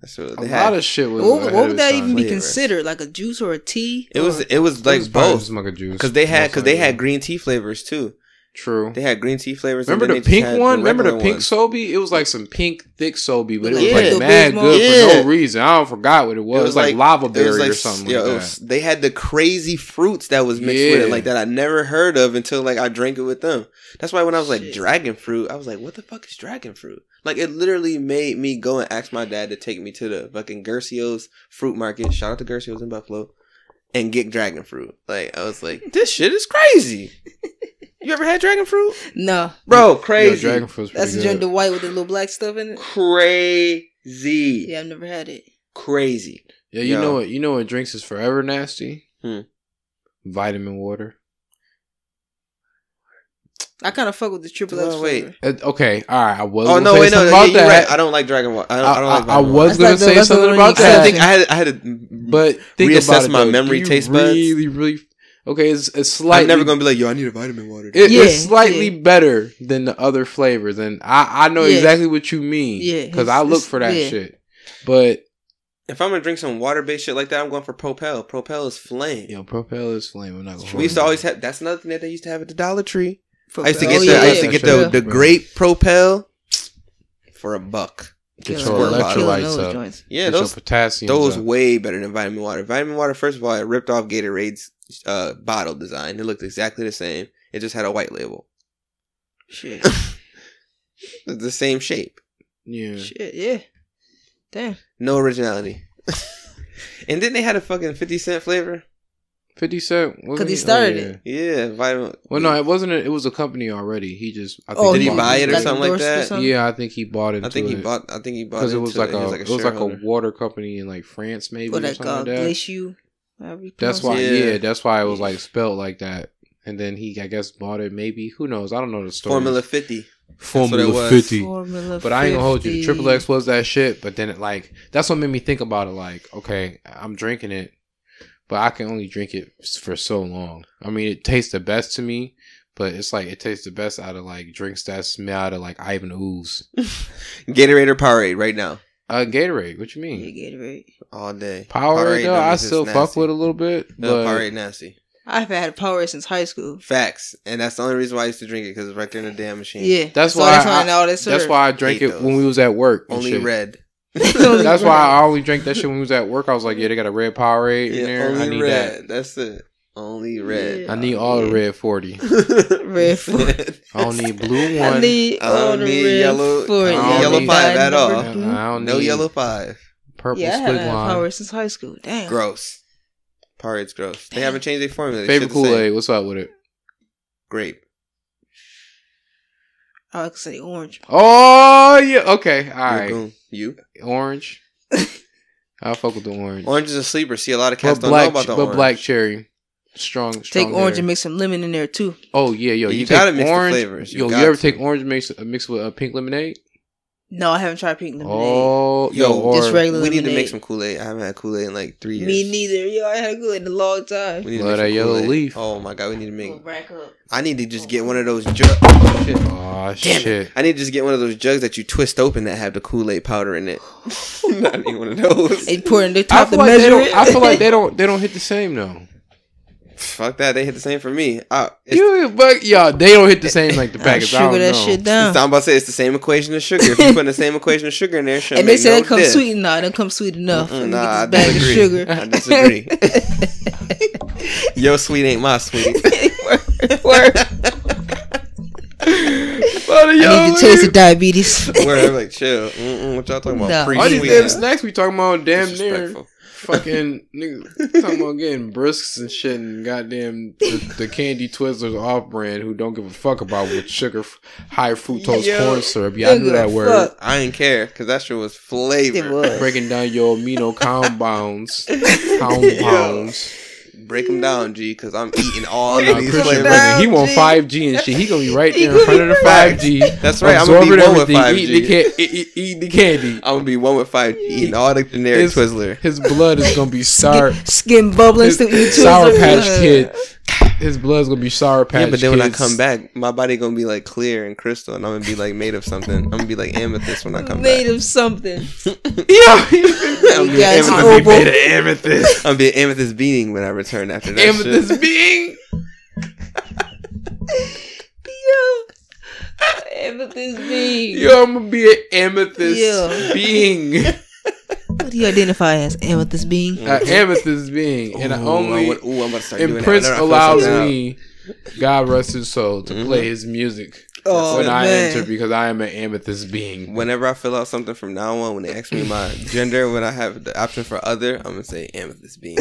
Speaker 2: That's what
Speaker 3: a
Speaker 2: they
Speaker 3: lot
Speaker 2: had.
Speaker 3: of shit was.
Speaker 4: what, would-
Speaker 3: ahead
Speaker 4: what
Speaker 3: of
Speaker 4: would that
Speaker 3: its
Speaker 4: even
Speaker 3: time.
Speaker 4: be
Speaker 2: Yeah.
Speaker 4: considered? Like a juice or a tea?
Speaker 2: it was
Speaker 4: Or-
Speaker 2: it was
Speaker 3: It
Speaker 2: like
Speaker 3: was probably
Speaker 2: both
Speaker 3: just Mugga juice
Speaker 2: because they had
Speaker 3: most
Speaker 2: because they
Speaker 3: likely.
Speaker 2: had green tea flavors too.
Speaker 3: true.
Speaker 2: They had green tea flavors. and
Speaker 3: Remember
Speaker 2: then
Speaker 3: the
Speaker 2: they just
Speaker 3: pink
Speaker 2: had
Speaker 3: one? Remember the
Speaker 2: regular
Speaker 3: pink
Speaker 2: ones.
Speaker 3: Sobe? It was like some pink thick Sobe, but it was
Speaker 2: Yeah.
Speaker 3: like
Speaker 2: Little
Speaker 3: mad
Speaker 4: Bismarck.
Speaker 3: good
Speaker 2: Yeah.
Speaker 3: for no reason. I don't forgot what it was. It was, like, lava
Speaker 2: it was
Speaker 3: berry
Speaker 2: like-
Speaker 3: or something
Speaker 2: yeah,
Speaker 3: like
Speaker 2: it
Speaker 3: that.
Speaker 2: was- they had the crazy fruits that was mixed with it,
Speaker 3: Yeah.
Speaker 2: like that I never heard of until like I drank it with them. That's why when I was like
Speaker 4: Shit.
Speaker 2: dragon fruit, I was like, "What the fuck is dragon fruit?" Like it literally made me go and ask my dad to take me to the fucking Gercio's fruit market. Shout out to Gercio's in Buffalo, and get dragon fruit. Like I was like, "This shit is crazy." you ever had dragon fruit,
Speaker 4: no,
Speaker 2: bro?
Speaker 3: Yo,
Speaker 2: Crazy,
Speaker 3: dragon fruit was
Speaker 4: that's the
Speaker 3: pretty
Speaker 4: drink,
Speaker 3: good.
Speaker 4: the white with the little black stuff in it.
Speaker 2: crazy,
Speaker 4: Yeah, I've never had it.
Speaker 2: crazy.
Speaker 3: Yeah, you
Speaker 2: Yo.
Speaker 3: know what? You know what drinks is forever nasty.
Speaker 2: Hmm.
Speaker 3: Vitamin water.
Speaker 4: I kind of fuck with the triple X.
Speaker 2: Well, wait.
Speaker 4: flavor.
Speaker 3: Uh, okay, all right. I was.
Speaker 2: Oh
Speaker 3: gonna
Speaker 2: no,
Speaker 3: say
Speaker 2: wait, no,
Speaker 3: something
Speaker 2: yeah,
Speaker 3: about
Speaker 2: you're
Speaker 3: that.
Speaker 2: right. I don't like dragon water. I
Speaker 3: I,
Speaker 2: don't, I don't like
Speaker 3: I- I
Speaker 2: dragon water.
Speaker 3: was
Speaker 4: That's
Speaker 3: gonna
Speaker 4: like the-
Speaker 3: say
Speaker 4: that's the
Speaker 3: something
Speaker 4: one
Speaker 3: about
Speaker 4: you
Speaker 2: I
Speaker 3: that.
Speaker 4: said.
Speaker 2: think I had I had to
Speaker 3: but think about
Speaker 2: Reassess
Speaker 3: it,
Speaker 2: my
Speaker 3: though.
Speaker 2: memory
Speaker 3: Do you
Speaker 2: taste buds.
Speaker 3: Really, really. Okay, it's it's slightly.
Speaker 2: I'm never gonna be like, yo, I need a vitamin water.
Speaker 3: It,
Speaker 4: Yeah,
Speaker 3: it's slightly
Speaker 4: yeah.
Speaker 3: better than the other flavors, and I I know
Speaker 4: Yeah.
Speaker 3: exactly what you mean.
Speaker 4: Yeah,
Speaker 3: because
Speaker 4: it's-
Speaker 3: I look
Speaker 4: it's-
Speaker 3: for that
Speaker 4: yeah.
Speaker 3: shit. But
Speaker 2: if I'm gonna drink some water based shit like that, I'm going for Propel. Propel is flame.
Speaker 3: yo, Propel is flame. I'm not gonna.
Speaker 2: we used to always have. That's another thing that they used to have at the Dollar Tree.
Speaker 4: For-
Speaker 2: I used to
Speaker 4: oh,
Speaker 2: get the
Speaker 4: yeah,
Speaker 2: I used to
Speaker 4: yeah,
Speaker 2: get
Speaker 4: for
Speaker 2: the
Speaker 4: real.
Speaker 2: the
Speaker 3: Yeah.
Speaker 2: grape Propel for a buck.
Speaker 3: get
Speaker 4: Killing
Speaker 3: your
Speaker 2: Squirt
Speaker 4: those-
Speaker 2: bottle.
Speaker 4: killing
Speaker 3: electrolytes
Speaker 4: those
Speaker 3: up.
Speaker 4: joints.
Speaker 2: Yeah,
Speaker 3: get
Speaker 2: those
Speaker 3: your potassium.
Speaker 2: those
Speaker 3: up.
Speaker 2: way better than vitamin water. Vitamin water, first of all, it ripped off Gatorade's uh, bottle design. It looked exactly the same. It just had a white label,
Speaker 4: Shit.
Speaker 2: the same shape,
Speaker 3: yeah.
Speaker 4: Shit, yeah. Damn.
Speaker 2: no originality. and then they had a fucking fifty cent flavor.
Speaker 3: Fifty Cent
Speaker 4: Because
Speaker 3: wasn't
Speaker 4: he started
Speaker 3: yeah.
Speaker 4: it.
Speaker 2: Yeah, vitamin.
Speaker 3: Well, no, it wasn't. A, it was a company already. He just. I
Speaker 4: Oh,
Speaker 2: Did he
Speaker 3: bought
Speaker 2: buy it or
Speaker 4: like
Speaker 2: something like
Speaker 4: endorsed or
Speaker 2: that?
Speaker 4: something?
Speaker 3: Yeah, I think he bought it.
Speaker 2: I think he bought. I think he bought
Speaker 3: because it was like
Speaker 2: he
Speaker 3: a it was like a,
Speaker 2: shareholder.
Speaker 3: water company in like France maybe
Speaker 4: Or
Speaker 3: or
Speaker 4: like
Speaker 3: something
Speaker 4: uh,
Speaker 3: like that.
Speaker 4: Glaciu. however you
Speaker 3: That's why,
Speaker 4: pronounce
Speaker 3: yeah.
Speaker 2: Yeah.
Speaker 3: that's why it was like spelled like that. And then he, I guess, bought it. Maybe who knows? I don't know the story.
Speaker 2: Formula Fifty.
Speaker 3: Formula
Speaker 2: That's what it was.
Speaker 4: it.
Speaker 3: Fifty.
Speaker 4: Formula
Speaker 3: But I ain't gonna hold you. The
Speaker 4: 50.
Speaker 3: Triple X was that shit. But then it like that's what made me think about it. Like, okay, I'm drinking it, but I can only drink it s- for so long. I mean, it tastes the best to me. But it's like it tastes the best out of like drinks that smell out of like Ivan Ooze.
Speaker 2: Gatorade or Powerade right now.
Speaker 3: Uh, Gatorade. What you
Speaker 4: Yeah,
Speaker 3: mean?
Speaker 4: Gatorade.
Speaker 2: All day.
Speaker 3: Powerade. though,
Speaker 2: don't
Speaker 3: I
Speaker 2: miss
Speaker 3: still
Speaker 2: it's
Speaker 3: fuck
Speaker 2: nasty.
Speaker 3: with a little bit.
Speaker 2: No,
Speaker 3: but
Speaker 2: Powerade nasty.
Speaker 4: I haven't had a Powerade since high school.
Speaker 2: Facts, and that's the only reason why I used to drink it because it's right there in the damn machine.
Speaker 4: Yeah,
Speaker 3: That's
Speaker 4: all
Speaker 3: why
Speaker 4: that's
Speaker 3: I-
Speaker 4: and all that's
Speaker 3: That's
Speaker 4: served.
Speaker 3: why I drank
Speaker 2: Hate
Speaker 3: it when
Speaker 2: those.
Speaker 3: we was at work. and
Speaker 2: only
Speaker 3: shit.
Speaker 2: red.
Speaker 4: Only
Speaker 3: That's why
Speaker 4: red.
Speaker 3: I only drank that shit when we was at work. I was like, yeah, they got a red Powerade in
Speaker 2: Yeah,
Speaker 3: there. I
Speaker 2: only
Speaker 3: need
Speaker 2: red. That's it. Only red.
Speaker 4: Yeah.
Speaker 3: that. I need all the
Speaker 4: Yeah.
Speaker 3: red forty.
Speaker 4: Red for-
Speaker 3: I don't need blue
Speaker 4: I
Speaker 3: one.
Speaker 4: need
Speaker 2: I don't
Speaker 4: all the
Speaker 2: need
Speaker 4: red
Speaker 2: Uh, yellow-
Speaker 4: for
Speaker 3: I
Speaker 4: it.
Speaker 3: don't need
Speaker 2: five at all.
Speaker 3: I don't
Speaker 2: no
Speaker 3: need
Speaker 2: yellow five.
Speaker 3: Purple
Speaker 4: Yeah, I haven't
Speaker 3: squid
Speaker 4: had
Speaker 3: line.
Speaker 4: Powerade since high school. Damn.
Speaker 2: Gross. Powerade's gross. They haven't changed their formula. They
Speaker 3: Favorite
Speaker 2: shit the same.
Speaker 3: Kool Aid. What's up with it?
Speaker 2: Grape.
Speaker 4: I would say orange.
Speaker 3: Oh yeah. Okay. All
Speaker 2: All
Speaker 3: right.
Speaker 2: right. You.
Speaker 3: Orange. I fuck with the orange.
Speaker 2: Orange is a sleeper. See, a lot of cats
Speaker 3: but
Speaker 2: don't
Speaker 3: black,
Speaker 2: know about the
Speaker 3: but
Speaker 2: orange.
Speaker 3: black cherry. Strong.
Speaker 4: Take
Speaker 3: strong
Speaker 4: orange
Speaker 3: berry.
Speaker 4: and mix some lemon in there too.
Speaker 3: Oh yeah, yo.
Speaker 2: You
Speaker 3: You,
Speaker 2: gotta
Speaker 3: take
Speaker 2: mix the
Speaker 3: orange.
Speaker 2: flavors. You
Speaker 3: Yo, you
Speaker 2: got
Speaker 3: ever
Speaker 2: to.
Speaker 3: take orange mix mixed with uh, pink lemonade?
Speaker 4: No, I haven't tried pink lemonade.
Speaker 3: Oh, yo,
Speaker 2: Yo,
Speaker 3: or,
Speaker 4: Just regular
Speaker 2: we need to make
Speaker 4: lemonade.
Speaker 2: some Kool Aid. I haven't had Kool Aid in like three years.
Speaker 4: Me neither. Yo, I had good in a long time.
Speaker 2: We need to make
Speaker 3: Love that
Speaker 2: some
Speaker 3: yellow
Speaker 2: Kool-Aid.
Speaker 3: leaf.
Speaker 2: Oh my god, we need to make.
Speaker 4: Gonna rack up.
Speaker 2: I need to just get one of those jugs. Oh, shit.
Speaker 3: Aw,
Speaker 2: Damn
Speaker 3: shit.
Speaker 2: it! I need to just get one of those jugs that you twist open that have the Kool Aid powder in it. I need one of those.
Speaker 4: They pour it in
Speaker 3: I
Speaker 4: their top to
Speaker 3: feel, like they
Speaker 4: measure
Speaker 3: don't,
Speaker 4: it.
Speaker 3: I feel like they don't. They don't hit the same though.
Speaker 2: Fuck that! They hit the same for me. Uh, it's,
Speaker 3: You, but y'all, they don't hit the same like the
Speaker 4: I
Speaker 3: package. I,
Speaker 4: sugar
Speaker 3: don't
Speaker 4: that
Speaker 3: know.
Speaker 4: shit down.
Speaker 2: it's- I'm about to say it's the same equation as sugar. If you put the same equation of sugar in there,
Speaker 4: and they say
Speaker 2: no
Speaker 4: that comes
Speaker 2: diff.
Speaker 4: sweet. Nah, it don't come sweet
Speaker 3: Mm,
Speaker 4: enough.
Speaker 2: Mm-mm,
Speaker 4: Let me
Speaker 2: nah, I
Speaker 4: get this
Speaker 2: disagree.
Speaker 4: bag
Speaker 2: I
Speaker 4: of sugar.
Speaker 2: disagree. Yo, sweet ain't my sweet.
Speaker 4: Word.
Speaker 3: But yo,
Speaker 4: I need to taste the diabetes.
Speaker 2: Where I'm like, chill. Mm-mm, what y'all talking about?
Speaker 4: Nah.
Speaker 2: Pre-sweet.
Speaker 3: all these damn snacks we talking about damn near
Speaker 2: Disrespectful.
Speaker 3: fucking niggas talking about getting brisks and shit and goddamn the, the candy Twizzlers off brand who don't give a fuck about what sugar f- high fructose
Speaker 2: Yo,
Speaker 3: corn syrup. Yeah, I
Speaker 4: don't
Speaker 3: knew
Speaker 4: give
Speaker 3: that
Speaker 4: a
Speaker 3: word.
Speaker 4: fuck.
Speaker 2: I didn't care because that shit was flavor.
Speaker 4: It was.
Speaker 3: Breaking down your amino compounds, compounds.
Speaker 2: Break them down, G, because I'm eating all
Speaker 3: I
Speaker 2: of these
Speaker 3: appreciate
Speaker 4: Break 'em
Speaker 2: flavors.
Speaker 4: down.
Speaker 3: Brendan. He want
Speaker 4: 5G.
Speaker 3: five G and shit. He gonna be right
Speaker 4: He
Speaker 3: there in front of the
Speaker 2: gonna
Speaker 3: five G.
Speaker 2: That's right. I'm gonna be one with five
Speaker 3: Eating the,
Speaker 2: G.
Speaker 3: can- e- e- eating the candy.
Speaker 2: I'm gonna be one with five G, eating all the generic
Speaker 3: It's-
Speaker 2: Twizzler.
Speaker 3: His blood is gonna be sour.
Speaker 4: Skin bubbling.
Speaker 3: his,
Speaker 4: still eating
Speaker 3: sour
Speaker 4: Twizzlers.
Speaker 3: patch kid. His blood's gonna be sour patch.
Speaker 2: yeah, but then when I
Speaker 3: Kids.
Speaker 2: come back, my body gonna be like clear and crystal, and I'm gonna be like made of something. I'm gonna be like amethyst when I come
Speaker 4: Made
Speaker 2: back.
Speaker 4: of something.
Speaker 3: yeah,
Speaker 2: I'm
Speaker 4: You
Speaker 2: gonna be
Speaker 4: guys
Speaker 2: amethyst.
Speaker 4: are
Speaker 2: I'm
Speaker 4: oval.
Speaker 2: gonna be amethyst. I'm gonna be an amethyst beating when I return after that. Amethyst.
Speaker 3: amethyst being.
Speaker 4: Yo. Amethyst bean.
Speaker 3: Yo, I'm gonna be an amethyst
Speaker 4: Yeah.
Speaker 3: being.
Speaker 4: What do you identify as? Amethyst bean?
Speaker 3: An amethyst being, and I only
Speaker 2: I want, ooh, I'm about to start doing
Speaker 3: and Prince
Speaker 2: that. Mm-hmm.
Speaker 3: allows me, God rest his soul, to play his music
Speaker 4: Oh,
Speaker 3: when I
Speaker 4: man.
Speaker 3: enter because I am an amethyst being.
Speaker 2: Whenever I fill out something from now on, when they ask me my gender, when I have the option for other, I'm gonna say amethyst being.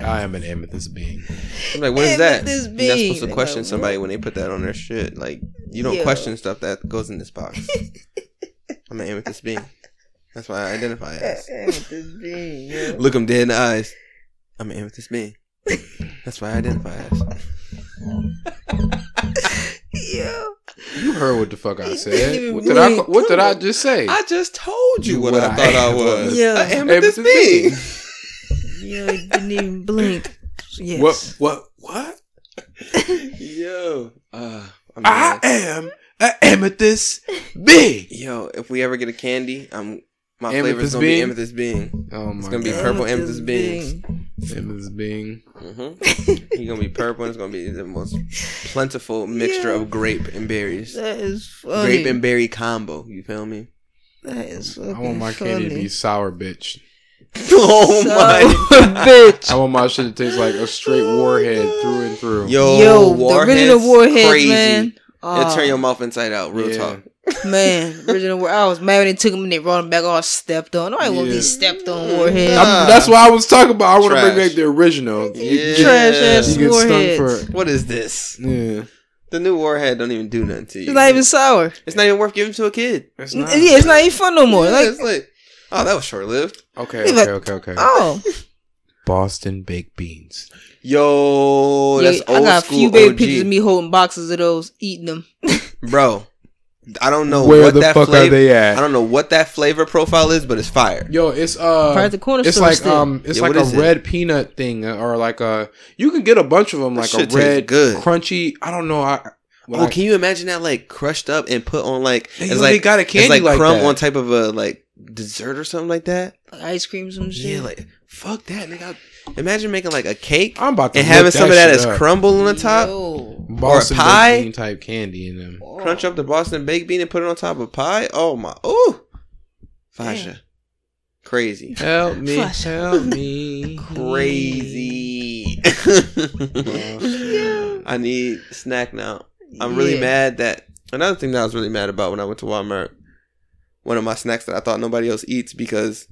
Speaker 3: I am an amethyst being.
Speaker 2: I'm like, what is that?
Speaker 4: Amethyst
Speaker 2: You're not
Speaker 4: bean.
Speaker 2: supposed to question
Speaker 4: Like,
Speaker 2: somebody when they put that on their shit. Like, you don't
Speaker 4: Yeah.
Speaker 2: question stuff that goes in this box. I'm an amethyst being. That's why I identify as.
Speaker 4: Amethyst bean. yo.
Speaker 2: Look him dead in the eyes. I'm an amethyst being. That's why I identify as.
Speaker 4: Yo.
Speaker 3: You heard what the fuck I
Speaker 4: didn't
Speaker 3: said.
Speaker 4: even
Speaker 3: What did I?
Speaker 4: blink.
Speaker 3: What did I just say?
Speaker 2: I just told you what,
Speaker 3: What
Speaker 2: I,
Speaker 3: I
Speaker 2: thought I
Speaker 3: am.
Speaker 2: was.
Speaker 4: Yeah.
Speaker 2: I am this
Speaker 3: Amethyst
Speaker 2: being.
Speaker 4: Yo, you didn't even blink. Yes.
Speaker 3: What? What? What?
Speaker 2: Yo. Uh, I'm
Speaker 3: I
Speaker 2: mad.
Speaker 3: am an amethyst big.
Speaker 2: Yo, if we ever get a candy, I'm my flavor's
Speaker 3: Amethyst
Speaker 2: gonna be
Speaker 3: bean?
Speaker 2: amethyst bean.
Speaker 3: Oh my
Speaker 2: It's gonna be
Speaker 3: god,
Speaker 2: purple amethyst beans.
Speaker 3: amethyst being.
Speaker 2: Mm-hmm. He's gonna be purple and it's gonna be the most plentiful mixture
Speaker 4: Yeah.
Speaker 2: of grape and berries.
Speaker 4: That is funny.
Speaker 2: Grape and berry combo, you feel me?
Speaker 4: that is fucking
Speaker 3: I want my candy to be sour, bitch.
Speaker 2: Oh my
Speaker 4: bitch.
Speaker 3: I want my shit to taste like a straight warhead through and through.
Speaker 2: Yo,
Speaker 4: Yo, the
Speaker 2: warheads,
Speaker 4: original warheads,
Speaker 2: crazy.
Speaker 4: man.
Speaker 2: It'll
Speaker 4: Oh.
Speaker 2: turn your mouth inside out, real
Speaker 3: Yeah.
Speaker 2: talk.
Speaker 4: Man, original war. I was mad when they took him and they brought him back all stepped on. I want to
Speaker 3: Yeah.
Speaker 4: be stepped on warhead.
Speaker 2: Nah.
Speaker 3: I'm- that's what I was talking about. I want to bring
Speaker 2: Trash.
Speaker 3: back the original. You
Speaker 2: Yeah.
Speaker 3: get-
Speaker 4: Trash ass
Speaker 3: you get stung
Speaker 4: warheads.
Speaker 3: for it.
Speaker 2: What is this?
Speaker 3: Yeah,
Speaker 2: The new warhead don't even do nothing to you.
Speaker 4: It's not even sour.
Speaker 2: It's not even worth giving to a kid.
Speaker 3: it's
Speaker 4: N- Yeah, it's not even fun no more.
Speaker 2: Yeah,
Speaker 4: Like,
Speaker 2: it's like, oh, that was short lived.
Speaker 3: Okay,
Speaker 4: Leave
Speaker 3: okay, okay, okay.
Speaker 4: oh,
Speaker 3: Boston baked beans.
Speaker 2: Yo, Oh, that's
Speaker 4: Yeah,
Speaker 2: old
Speaker 4: I got a
Speaker 2: school
Speaker 4: few baby
Speaker 2: OG.
Speaker 4: pictures of me holding boxes of those, eating them.
Speaker 2: bro. I don't know
Speaker 3: Where
Speaker 2: what
Speaker 3: the
Speaker 2: that
Speaker 3: fuck
Speaker 2: flavor.
Speaker 3: are they at?
Speaker 2: I don't know what that flavor profile is, but it's fire.
Speaker 3: Yo, it's
Speaker 4: Probably
Speaker 3: uh,
Speaker 4: at the corner
Speaker 3: it's
Speaker 4: store
Speaker 3: like
Speaker 4: still.
Speaker 3: um, it's
Speaker 2: Yeah,
Speaker 3: like
Speaker 2: what
Speaker 3: a
Speaker 2: is it?
Speaker 3: red peanut thing, uh, or like a you can get a bunch of them,
Speaker 2: That
Speaker 3: like
Speaker 2: shit
Speaker 3: a
Speaker 2: tastes
Speaker 3: red,
Speaker 2: good.
Speaker 3: crunchy. I don't know. I well,
Speaker 2: Oh, can you imagine that like crushed up and put on like
Speaker 3: They
Speaker 2: it's
Speaker 3: only
Speaker 2: like
Speaker 3: got a candy
Speaker 2: it's like,
Speaker 3: like
Speaker 2: crumb
Speaker 3: that.
Speaker 2: on type of a like dessert or something like that?
Speaker 4: Like ice cream, or some shit.
Speaker 2: Yeah, like fuck that, nigga. Imagine making like a cake
Speaker 3: I'm about to
Speaker 2: and having
Speaker 3: look
Speaker 2: some of that
Speaker 3: shit
Speaker 2: as
Speaker 3: up.
Speaker 2: crumble on the top.
Speaker 4: Yo.
Speaker 3: Boston baked
Speaker 2: pie.
Speaker 3: bean type candy in them.
Speaker 2: Crunch up the Boston baked bean and put it on top of pie. Oh my, ooh, Fasha,
Speaker 4: Damn.
Speaker 2: crazy,
Speaker 3: Help me,
Speaker 4: Flush.
Speaker 3: help me.
Speaker 2: crazy.
Speaker 3: Oh,
Speaker 2: I need snack now. I'm really
Speaker 4: Yeah.
Speaker 2: mad that another thing that I was really mad about when I went to Walmart, one of my snacks that I thought nobody else eats because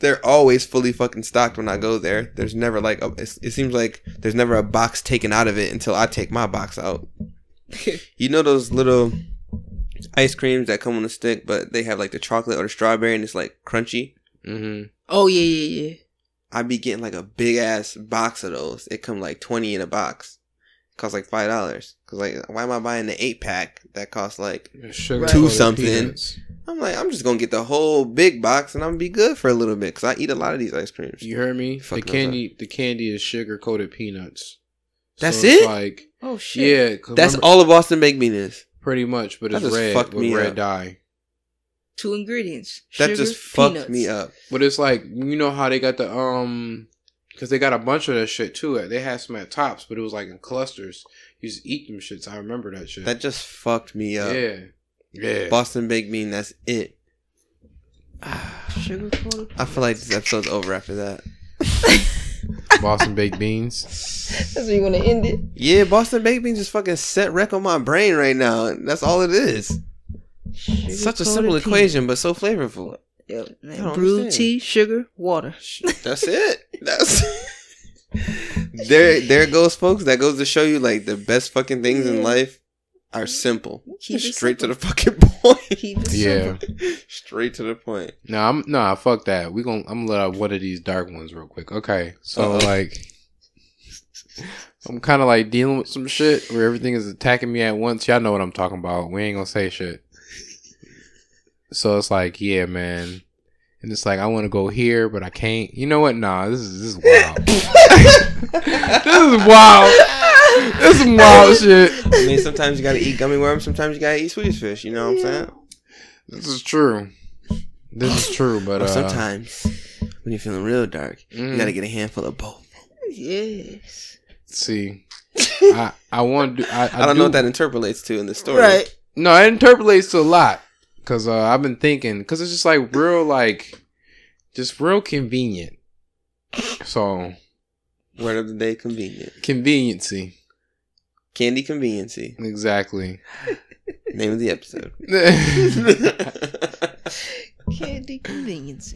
Speaker 2: they're always fully fucking stocked when I go there. There's never like a, it's, it seems like there's never a box taken out of it until I take my box out. you know those little ice creams that come on a stick, but they have like the chocolate or the strawberry and it's like crunchy.
Speaker 3: hmm
Speaker 4: Oh yeah, yeah, yeah.
Speaker 2: I be getting like a big ass box of those. It come like twenty in a box. It costs like five dollars. Cause like, why am I buying the eight pack that costs like?
Speaker 3: Sugar
Speaker 4: Right.
Speaker 2: Two
Speaker 3: coated
Speaker 2: something.
Speaker 3: peanuts.
Speaker 2: I'm like, I'm just gonna get the whole big box and I'm gonna be good for a little bit. Cause I eat a lot of these ice creams.
Speaker 3: You heard me?
Speaker 2: Fuck
Speaker 3: the
Speaker 2: knows
Speaker 3: candy, the candy is sugar coated peanuts.
Speaker 2: That's
Speaker 3: it's
Speaker 2: it?
Speaker 3: Like
Speaker 4: Oh shit.
Speaker 3: yeah, 'cause
Speaker 2: That's
Speaker 3: remember-
Speaker 2: all a Boston baked bean is.
Speaker 3: pretty much, but
Speaker 2: That
Speaker 3: it's
Speaker 2: just
Speaker 3: red
Speaker 2: fucked
Speaker 3: with
Speaker 2: me
Speaker 3: red
Speaker 2: up.
Speaker 3: dye.
Speaker 4: Two ingredients.
Speaker 2: That
Speaker 4: sugar,
Speaker 2: just fucked
Speaker 4: peanuts.
Speaker 2: me up.
Speaker 3: But it's like you know how they got the um, because they got a bunch of that shit too. They had some at tops, but it was like in clusters. You just eat them shits. I remember that shit.
Speaker 2: That just fucked me up.
Speaker 3: yeah, yeah.
Speaker 2: Boston baked bean. That's it.
Speaker 4: Sugar coated.
Speaker 2: I feel like this episode's over after that.
Speaker 3: Boston baked beans.
Speaker 4: That's where you want to end it.
Speaker 2: Yeah, Boston baked beans just fucking set wreck on my brain right now. That's all it is.
Speaker 4: Sugar
Speaker 2: Such a
Speaker 4: coated
Speaker 2: simple
Speaker 4: peanut.
Speaker 2: equation, but so flavorful.
Speaker 4: Yeah,
Speaker 2: I don't
Speaker 4: man. Brewed
Speaker 2: understand.
Speaker 4: tea, sugar, water.
Speaker 2: That's it. That's there. There it goes, folks. That goes to show you, like, the best fucking things in life are simple.
Speaker 4: Keep it
Speaker 2: Straight to the fucking point.
Speaker 4: Keep it
Speaker 3: Yeah.
Speaker 4: simple.
Speaker 2: Straight to the point.
Speaker 3: No, I'm nah, fuck that. We gon' I'm gonna let out one of these dark ones real quick. Okay. So
Speaker 2: Uh-oh.
Speaker 3: like I'm kinda like dealing with some shit where everything is attacking me at once. Y'all know what I'm talking about. We ain't gonna say shit. So it's like, yeah, man. And it's like I wanna go here, but I can't. You know what? Nah, this is this is wild. this is wild. This is wild shit.
Speaker 2: I mean, sometimes you gotta eat gummy worms. Sometimes you gotta eat Swedish fish. You know what I'm saying?
Speaker 3: This is true. This is true, but
Speaker 2: Or
Speaker 3: uh,
Speaker 2: sometimes when you're feeling real dark, you
Speaker 3: mm.
Speaker 2: gotta get a handful of both.
Speaker 4: Yes.
Speaker 3: See, I I want to. I,
Speaker 2: I, don't
Speaker 3: do-
Speaker 2: know what that interpolates to in the story.
Speaker 4: Right.
Speaker 3: No, it interpolates to a lot because uh, I've been thinking because it's just like real, like just real convenient. So
Speaker 2: Word of the day: convenient.
Speaker 3: conveniency,
Speaker 2: Candy conveniency.
Speaker 3: exactly.
Speaker 2: Name of the episode.
Speaker 3: yeah.
Speaker 4: Candy convenience.